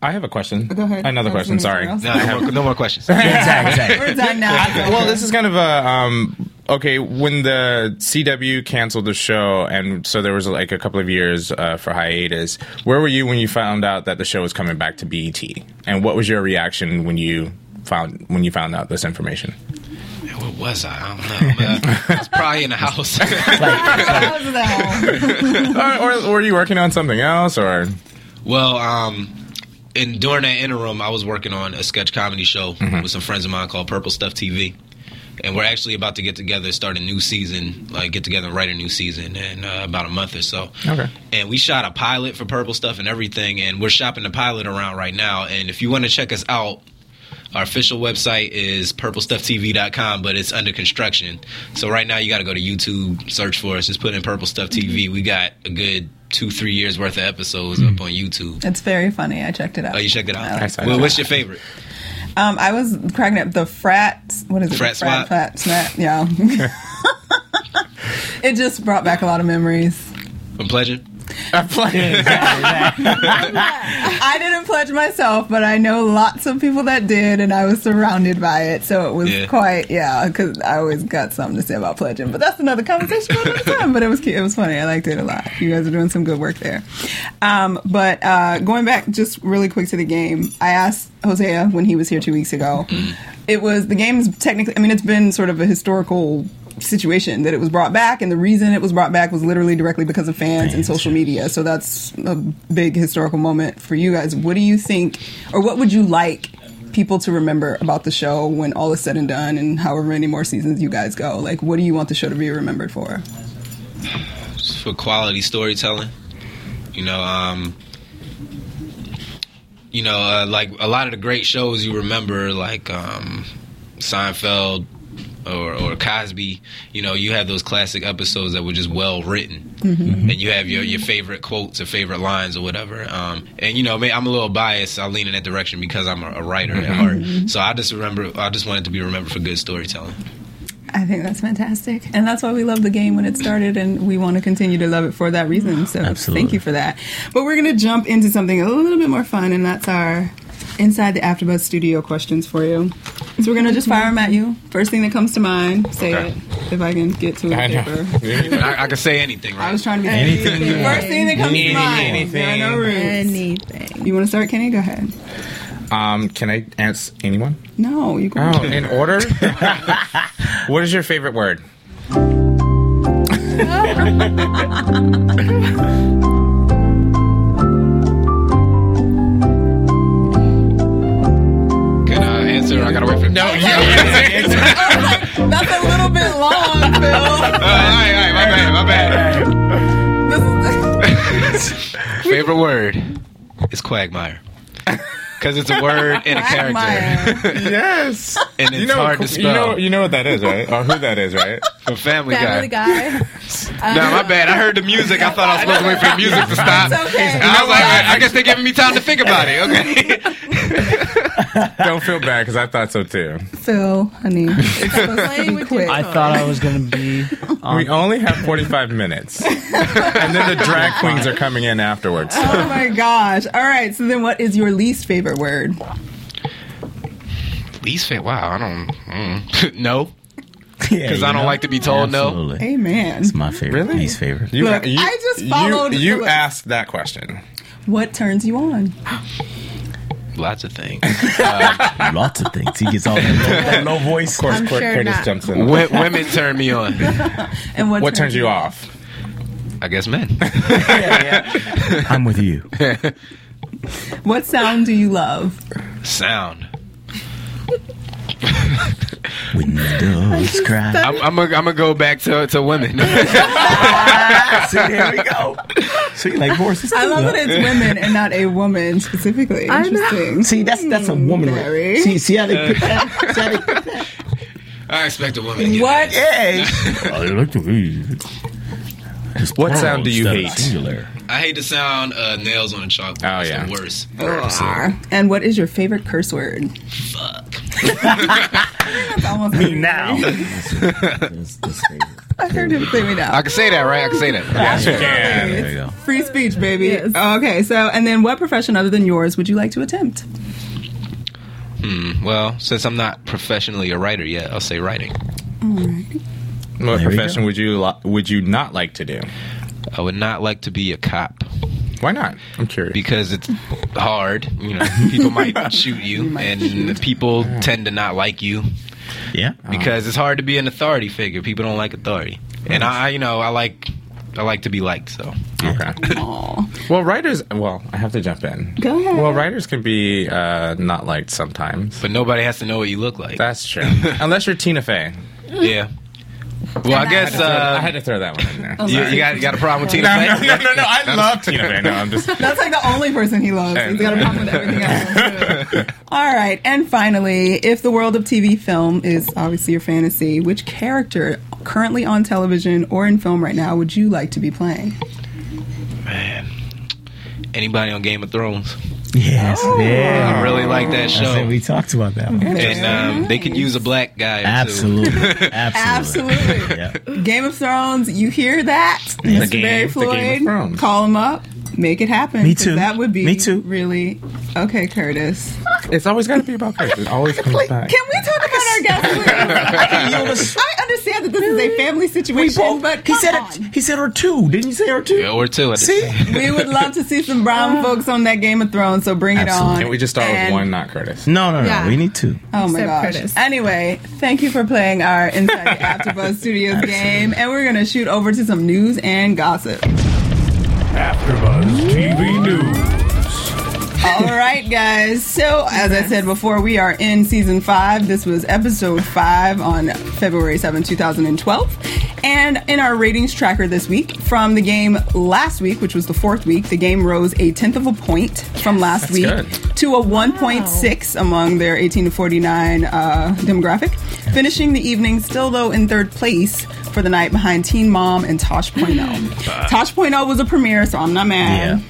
C: I have a question.
B: Go ahead.
C: Another
B: That was
C: question. Sorry.
B: something else.
G: No, I have no more questions.
E: Exactly. exactly.
B: We're done now.
C: well, this is kind of a um, okay. When the CW canceled the show, and so there was like a couple of years uh, for hiatus. Where were you when you found out that the show was coming back to BET? And what was your reaction when you found when you found out this information?
G: Where was I? I don't know. Man. I was probably in the house.
B: That was that one.
C: or, or were you working on something else? Or
G: well, um, and during that interim, I was working on a sketch comedy show with some friends of mine called Purple Stuff TV. And we're actually about to get together, start a new season, like get together and write a new season in uh, about a month or so.
C: Okay.
G: And we shot a pilot for Purple Stuff and everything, and we're shopping the pilot around right now. And if you want to check us out, Our official website is purplestuffttv.com, but it's under construction. So right now you got to go to YouTube, search for us, just put in Purple Stuff TV. We got a good two, three years worth of episodes up on YouTube.
B: It's very funny. I checked it out.
G: Oh, you checked it
B: I
G: out.
B: like
C: Nice.
G: Well, what's your favorite?
B: Um, I was cracking up the frat. What is it?
G: Frat swap?
B: Frat snap. Yeah. it just brought back a lot of memories.
G: From Pleasure?
B: I didn't pledge myself, but I know lots of people that did, and I was surrounded by it. So it was
G: Yeah.
B: quite, yeah, because I always got something to say about pledging. But that's another conversation for another time. But it was cute. It was funny. I liked it a lot. You guys are doing some good work there. Um, but uh, going back just really quick to the game, I asked Hosea when he was here two weeks ago. It was the game's technically, I mean, it's been sort of a historical situation that it was brought back and the reason it was brought back was literally directly because of fans and social media so that's a big historical moment for you guys what do you think or what would you like people to remember about the show when all is said and done and however many more seasons you guys go like what do you want the show to be remembered for
G: for quality storytelling. You know, um, you know, uh, like a lot of the great shows you remember, like um, Seinfeld or, or Cosby. You know, you have those classic episodes that were just well written,
B: Mm-hmm.
G: and you have your, your favorite quotes or favorite lines or whatever. Um, and you know, may- I'm a little biased. I lean in that direction because I'm a, a writer at
B: Mm-hmm.
G: heart. So I just remember, I just wanted to be remembered for good storytelling.
B: i think that's fantastic and that's why we love the game when it started and we want to continue to love it for that reason so
E: Absolutely.
B: thank you for that but we're going to jump into something a little bit more fun and that's our inside the afterbuzz studio questions for you so we're going to just fire them at you first thing that comes to mind say
C: Okay.
B: it if i can get to a paper
G: I, I could say anything, right?
B: I was trying to be
E: Anything.
B: First thing that comes to mind. There are no rules.
D: Anything.
B: You want to start, Kenny? Go ahead.
C: um, can I ask anyone?
B: No, you go.
C: Oh, in order. what is your favorite word?
G: Can I uh, answer? I gotta wait for no.
B: That's a little bit long, Phil.
G: all right, all right, my bad, my bad.
B: This is-
G: Favorite word is quagmire. Because it's a word and a character.
B: Maya.
C: Yes.
G: And it's
C: You know,
G: hard to
C: you know,
G: spell.
C: you know what that is, right? Or who that is, right?
G: From Family,
D: Family
G: Guy.
D: Guy.
G: No, my bad. I heard the music. I thought I was supposed to wait for the music to stop.
B: Uh, It's okay.
G: And I was like, I guess they're giving me time to think about it. Okay.
C: Don't feel bad because I thought so too.
B: Phil, honey, it's supposed to
D: Playing
B: be
D: with
B: quick.
D: your
B: I
D: toys.
I: I thought I was gonna be.
C: We only have 45 minutes. and then the drag queens are coming in afterwards.
B: Oh my gosh! All right, so then, what is your least favorite word?
G: Least favorite. Wow, I don't. Mm. no.
E: Yeah,
G: Because I
E: you
G: don't
E: know?
G: like to be told no.
E: Absolutely.
B: Amen.
E: It's my favorite.
C: Really?
E: Least favorite.
C: You,
B: Look, I just followed
C: You, you
B: Philip.
C: asked that question.
B: What turns you on?
G: Lots of things.
E: Lots of things. He gets all that low, that low voice.
C: Of course,
D: I'm
C: Cor-
D: sure
C: Curtis
D: not.
C: jumps in.
G: Wo- women turn me on.
B: And what,
C: What turns you off?
G: I guess men.
E: I'm with you.
B: What sound do you love?
G: Sound.
E: When the dogs cry.
G: I'm I'm gonna I'm gonna go back to to women.
E: See, there we go. See, like horses.
B: I love that it's women and not a woman specifically.
D: I know.
B: Interesting.
E: See, that's that's a woman.
B: Very.
E: See, see how they put that. See how they put that.
G: I expect a woman. to get
B: What?
E: Hey. I like to read.
C: What sound do you hate?
E: Singular.
G: it. I hate the sound uh, nails on a chalkboard.
C: Oh,
G: it's
C: yeah.
G: the worst.
B: Are. And what is your favorite curse word?
G: Fuck.
B: That's almost me
E: Now.
B: I heard him say me now.
G: I can say that, right? I can say that. Yes,
E: There you go.
B: Free speech, baby.
D: Yes.
B: Okay, so and then what profession other than yours would you like to attempt?
G: Um, Well, since I'm not professionally a writer yet, I'll say writing.
C: What
E: There we
C: profession
E: go.
C: would you li- would you not like to do?
G: I would not like to be a cop
C: Why not? I'm curious.
G: because it's hard. You know, people might shoot you, and people tend to not like you
E: Yeah.
G: because it's hard to be an authority figure. People don't like authority, and I, you know, I like. I like to be liked, so
C: okay. Well, writers. Well, I have to jump in.
B: Go ahead.
C: Well, writers can be uh, not liked sometimes.
G: but nobody has to know what you look like.
C: That's true. Unless you're Tina Fey.
G: yeah. Well, I guess
C: I
G: uh,
C: had
E: um,
C: to throw that one in there.
B: Oh
G: you, you got you got a problem with Tina
C: No,
G: Fey.
C: no, no, no, no. I love Tina Fey. No, I'm just.
B: That's like the only person he loves. He's got a problem with everything else. All right, and finally, if the world of TV film is obviously your fantasy, which character currently on television or in film right now would you like to be playing?
G: Man, anybody on Game of Thrones?
E: Yes. Yeah.
G: I really like that
E: That's it.
G: show,
E: We talked about that one.
G: and um, they could use a black guy. or two.
E: Absolutely. Absolutely.
B: Absolutely.
E: Yeah.
B: Game of Thrones, you hear that?
E: Yeah. The
B: Mr. Barry
C: game- the Game of
B: Floyd,
C: Thrones.
B: call him up, make it happen.
E: Me
B: 'cause
E: too.
B: That would be
E: Me too.
B: really okay, Curtis.
C: It's always got to be about Chris. It always comes
B: Can
C: back.
B: we talk about our guest? please?
E: He was-
B: I understand that this is a family situation, but
E: he
B: come
E: said
B: on.
E: it. He said her two. Didn't you say her two?
G: Yeah, or two. At the
E: See?
G: same-
B: We would love to see some brown folks on that Game of Thrones, so bring
E: Absolutely.
B: it on.
C: Can we just start
B: And-
C: with one, not Curtis?
E: No, no, no.
D: Yeah.
E: We need two.
B: Oh my
D: Except
B: gosh.
D: Curtis.
B: Anyway, thank you for playing our Inside the AfterBuzz Studios game, and we're gonna shoot over to some news and gossip.
F: AfterBuzz TV News.
B: All right, guys. So, as I said before, we are in season five. This was episode five on February seventh, two 2012. And in our ratings tracker this week, from the game last week, which was the fourth week, the game rose a tenth of a point from last week
C: good.
B: to a 1.6 among their 18 to 49 uh, demographic. Finishing the evening still, though, in third place for the night behind Teen Mom and Tosh.0. Tosh.0 was a premiere, so I'm not mad.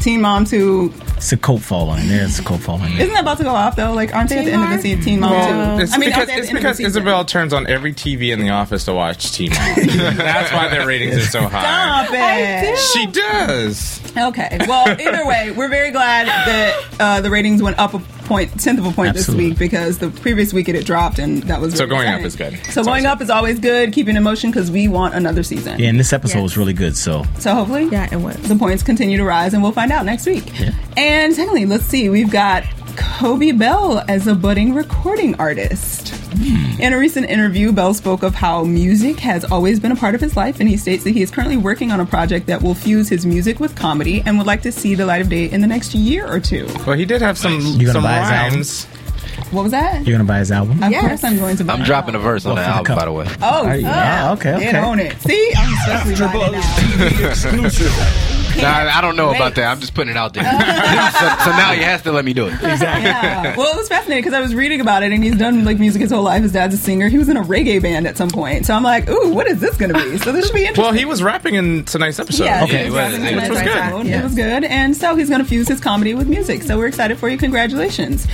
B: Teen Mom 2
E: It's a coat falling. There's a coat falling.
B: isn't that about to go off though? Like, aren't they at the end of the
D: Teen
B: season? Teen Mom too.
C: It's because,
B: aren't they at the end of
C: it's
B: the
C: because
B: season?
C: Isabel turns on every TV in the office to watch T Mom. That's why their ratings are so high.
B: Stop it.
C: She does.
B: Oh, Okay. Well, either way, we're very glad that uh, the ratings went up a point, tenth of a point
E: Absolutely.
B: this week because the previous week it had dropped, and that was
C: So
B: really
C: going up
B: exciting.
C: is good.
B: So
C: It's
B: going
C: awesome.
B: up is always good. Keeping in motion because we want another season.
E: Yeah, and this episode
D: Yes.
E: was really good. So
B: So hopefully,
D: Yeah, it was.
B: the points continue to rise, and we'll find out next week.
E: Yeah.
B: And secondly, let's see, we've got Kobe Bell as a budding recording artist.
E: Hmm.
B: In a recent interview, Bell spoke of how music has always been a part of his life, and he states that he is currently working on a project that will fuse his music with comedy and would like to see the light of day in the next year or two.
C: Well, he did have some
E: You gonna
C: some
E: buy his album?
C: rhymes.
B: What was that?
E: you're gonna buy his album?
B: Of course, I'm going to. Buy
G: I'm
B: it.
G: dropping a verse on
E: Well,
G: that
E: for the
G: album, by
E: cup.
G: the way.
B: Oh,
E: yeah,
B: yeah.
E: okay,
B: Get
E: okay.
B: on it. See, I'm especially buying it now.
G: Nah, I don't know
B: Wait.
G: about that. I'm just putting it out there. so, so now you have to let me do it.
B: yeah. Well, it was fascinating because I was reading about it, and he's done like music his whole life. His dad's a singer. He was in a reggae band at some point, so I'm like, ooh, what is this going to be? So this should be interesting.
C: Well, he was rapping in tonight's episode.
B: yeah,
G: okay,
B: he
G: well,
B: rapping
G: it
B: in
G: was
B: that
C: good.
B: episode.
E: Yeah.
B: It was good, and so he's going to fuse his comedy with music. So we're excited for you. Congratulations.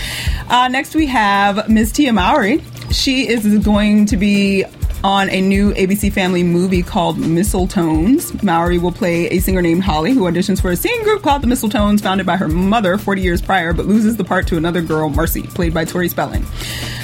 B: Uh, next, we have Ms. Tia Mowry. She is going to be on a new ABC Family movie called Mistletones. Mowry will play a singer named Holly who auditions for a singing group called the Mistletones, founded by her mother 40 years prior, but loses the part to another girl, Mercy, played by Tori Spelling.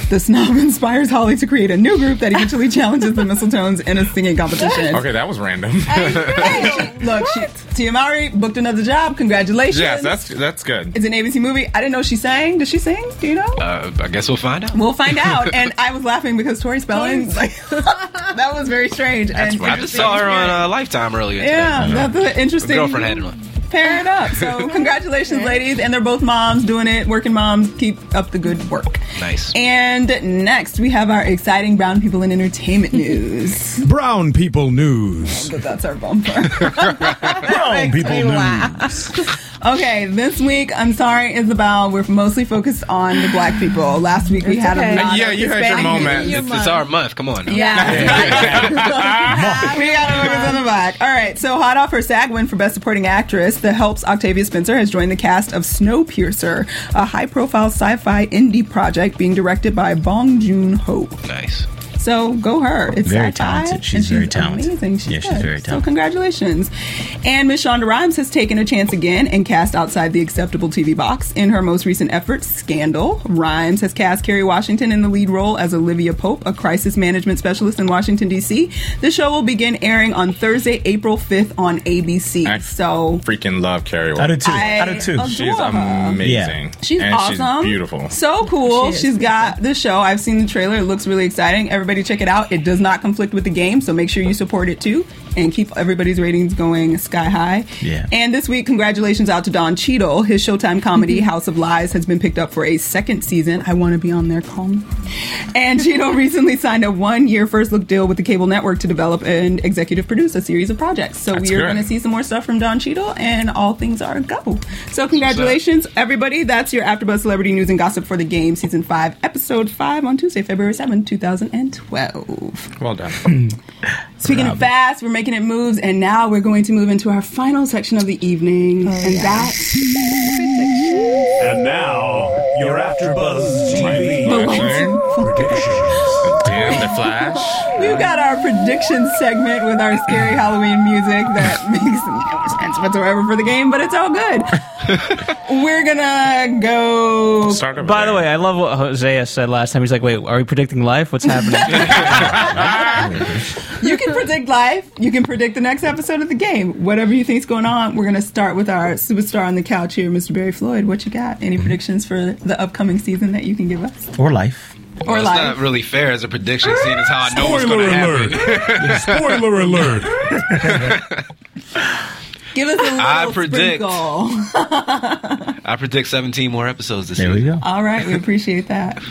B: The snob inspires Holly to create a new group that eventually challenges the Mistletones in a singing competition.
C: Okay, that was random.
B: Hey, she- look, she, Tia Mowry booked another job. Congratulations.
C: yes, that's that's good.
B: It's an ABC movie. I didn't know she sang. Does she sing? Do you know?
G: Uh, I guess we'll find out.
B: We'll find out. And I was laughing because Tori Spelling, like, that was very strange. and
G: I just saw her on uh, Lifetime earlier. today.
B: Yeah, that's an
G: My
B: interesting.
G: girlfriend had it on.
B: Pair it up. So, congratulations, ladies. And they're both moms doing it, working moms. Keep up the good work.
G: Nice.
B: And next, we have our exciting brown people in entertainment news.
F: Brown people news.
B: But that's our bumper.
E: Brown people
C: Mm.
E: news.
B: Okay, this week, I'm sorry, Isabel, we're mostly focused on the black people. Last week we
D: It's
B: had
D: okay.
B: a lot
C: Yeah,
B: of
C: you had your
B: Hispanic
C: moment.
D: Your
G: It's, it's
D: month.
G: our month. Come on. now.
B: Yeah. we got to focus on the black. All right, so hot off her SAG win for Best Supporting Actress, the Helps Octavia Spencer has joined the cast of Snowpiercer, a high profile sci fi indie project being directed by Bong Joon Ho.
G: Nice.
B: So go her. It's
E: Very
B: sci-fi,
E: talented.
B: and
E: She's very talented.
B: Amazing. She's
E: Yeah, she's
B: good.
E: very
B: So
E: talented.
B: congratulations. And Miss Shonda Rhimes has taken a chance again and cast outside the acceptable TV box in her most recent effort, Scandal. Rhimes has cast Kerry Washington in the lead role as Olivia Pope, a crisis management specialist in Washington D.C. The show will begin airing on Thursday, April 5th on ABC.
C: I
B: so
C: Freaking love Carrie.
E: I do
C: Washington.
E: too. I,
B: I
E: do too.
B: adore
C: She's
B: her.
C: amazing.
B: She's
C: and
B: awesome.
C: She's beautiful.
B: So cool.
D: She is.
B: she's got the show. I've seen the trailer. It looks really exciting. Everybody check it out. It does not conflict with the game, so make sure you support it too and keep everybody's ratings going sky high.
E: Yeah.
B: And this week, congratulations out to Don Cheadle. His Showtime comedy
D: Mm-hmm.
B: House of Lies has been picked up for a second season. I want to be on there. Call me. And Cheadle recently signed a one-year first look deal with the cable network to develop and executive produce a series of projects. So
C: That's
B: we are
C: good.
B: going to see some more stuff from Don Cheadle, and all things are a go. So congratulations, everybody! That's your AfterBuzz celebrity news and gossip for the game, season five, episode five, on Tuesday, February seventh, two thousand and twelve.
C: Well done.
B: Speaking of fast, we're making it moves, and now we're going to move into our final section of the evening, and that.
F: And now, your After Buzz TV predictions.
C: Damn the Flash.
B: We've got our prediction segment with our scary Halloween music that makes no sense whatsoever for the game, but it's all good. We're gonna go
C: Start over
I: By
C: there.
I: the way, I love what Hosea said last time. He's like, "Wait, are we predicting life? What's happening?"
B: You can predict life. You can predict the next episode of the game. Whatever you think's going on, we're gonna start with our superstar on the couch here, Mr. Barry Floyd. What you got? Any predictions for the upcoming season that you can give us?
E: Or life.
B: Or
G: Well, it's
B: life?
G: not really fair as a prediction, seeing as how I know what's going
F: Spoiler
G: to happen.
F: alert. Spoiler alert.
B: Give us a little
G: I predict.
B: sprinkle.
G: I predict 17 more episodes this
E: There
G: season.
E: we go.
B: All right, we appreciate that.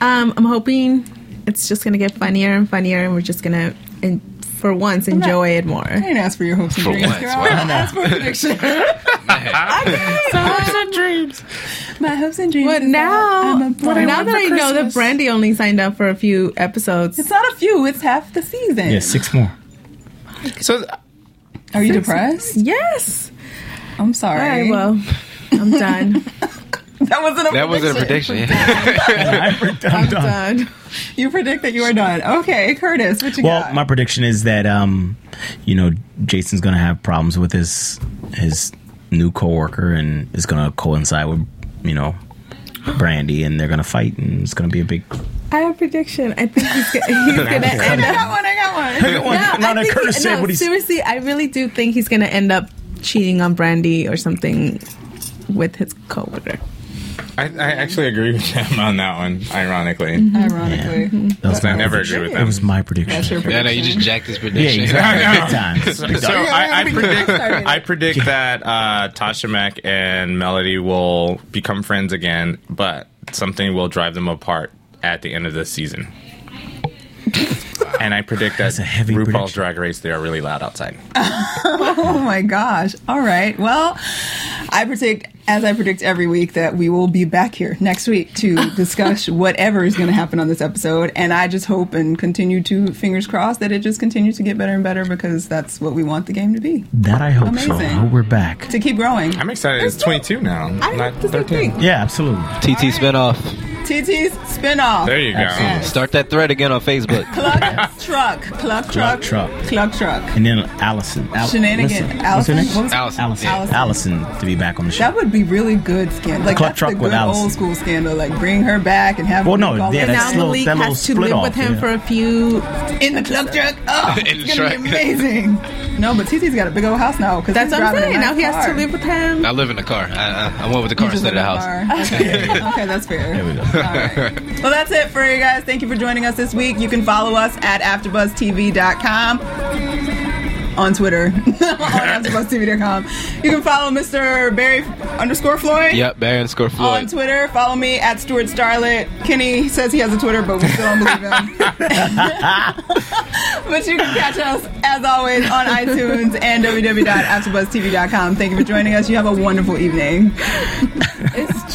D: Um, I'm hoping it's just gonna get funnier and funnier, and we're just gonna, and for once, enjoy it more.
B: I didn't ask for your hopes and
G: For
B: dreams,
G: once,
B: girl.
G: wow.
B: I asked for a prediction.
D: hopes and dreams.
B: My hopes and dreams.
D: But
B: is that I'm
D: now,
B: a
D: but now that I know that Brandy only signed up for a few episodes,
B: It's not a few, it's half the season.
E: Yeah, six more.
C: So
B: Are you depressed?
D: yes.
B: I'm
D: All
B: sorry.
D: right, well, I'm done.
B: that wasn't a
G: That wasn't a prediction. yeah.
D: I'm done.
B: You predict that you are done. Okay, Curtis, what you
E: Well,
B: got?
E: my prediction is that um, you know, Jason's gonna have problems with his his new coworker, and it's gonna coincide with you know, Brandy, and they're gonna fight, and it's gonna be a big.
D: I have a prediction. I think he's, go- he's gonna end
B: I
D: up.
B: got one. I got one.
D: No, I
E: Now that
D: think
E: Curtis
D: he,
E: said
D: no,
E: what he said.
D: seriously, I really do think he's gonna end up cheating on Brandy or something with his coworker.
C: I, I actually agree with him on that one. Ironically,
B: Mm-hmm. Ironically,
E: That's
C: I never agree with
E: That
C: them.
E: was my prediction.
B: that's your
G: yeah,
B: prediction.
G: no, you just jacked his
E: Yeah,
G: prediction.
E: exactly. Big time. Big time.
C: So I, I predict,
B: Sorry.
C: I predict that uh, Tasha Mack and Melody will become friends again, but something will drive them apart at the end of the season. and I predict that
E: That's a heavy
C: RuPaul's
E: prediction.
C: Drag Race they are really loud outside.
B: Oh my gosh. All right. Well, I predict, as I predict every week, that we will be back here next week to discuss whatever is going to happen on this episode. And I just hope and continue to, fingers crossed, that it just continues to get better and better because that's what we want the game to be
E: That I hope so. I
B: Amazing.
E: hope we're back.
B: to keep growing.
C: I'm excited. It's 22 now,
B: I
C: not
B: this is the
C: 13.
B: thing.
E: Yeah, absolutely.
G: TT spinoff.
B: TT's spinoff.
C: There you go.
E: Absolutely.
G: Start that thread again on Facebook.
B: Plug truck. Plug truck.
E: truck.
B: Plug truck.
E: And then Allison. Al-
B: Shenanigans.
E: listen, What's her
B: Allison.
E: name?
B: What was-
G: Allison.
E: Allison.
B: Allison.
E: Allison to be back on the show.
B: That would be really good scandal. Like
E: Club
B: that's
E: Truck
B: the
E: with
B: good
E: Allison.
B: old school scandal. Like bring her back and have.
E: Well,
B: her
E: no,
B: call
E: yeah,
B: it
D: And
E: that's
B: out
D: now
E: little-
D: Malik
E: that little
D: has to
E: split
D: live
E: off,
D: with him
E: yeah.
D: for a few.
B: in the plug truck. Oh,
G: In
B: it's
G: the
B: gonna be
G: truck.
B: amazing. no, but TT's got a big old house now. Because
D: That's what I'm saying. Now he has to live with him.
G: I live in the car. I, I, I went with the car instead of the house.
B: Okay. okay, that's fair.
E: There we go.
B: Well, that's it for you guys. Thank you for joining us this week. You can follow us at AfterBuzzTV.com on Twitter, on AfterBuzzTV.com. You can follow Mr. Barry underscore Floyd.
G: Yep, Barry underscore
B: On
G: Floyd.
B: Twitter, follow me at Stuart Starlet. Kenny says he has a Twitter, but we still don't believe him. but you can catch us, as always, on iTunes and www.afterbuzztv.com. Thank you for joining us. You have a wonderful evening.
D: It's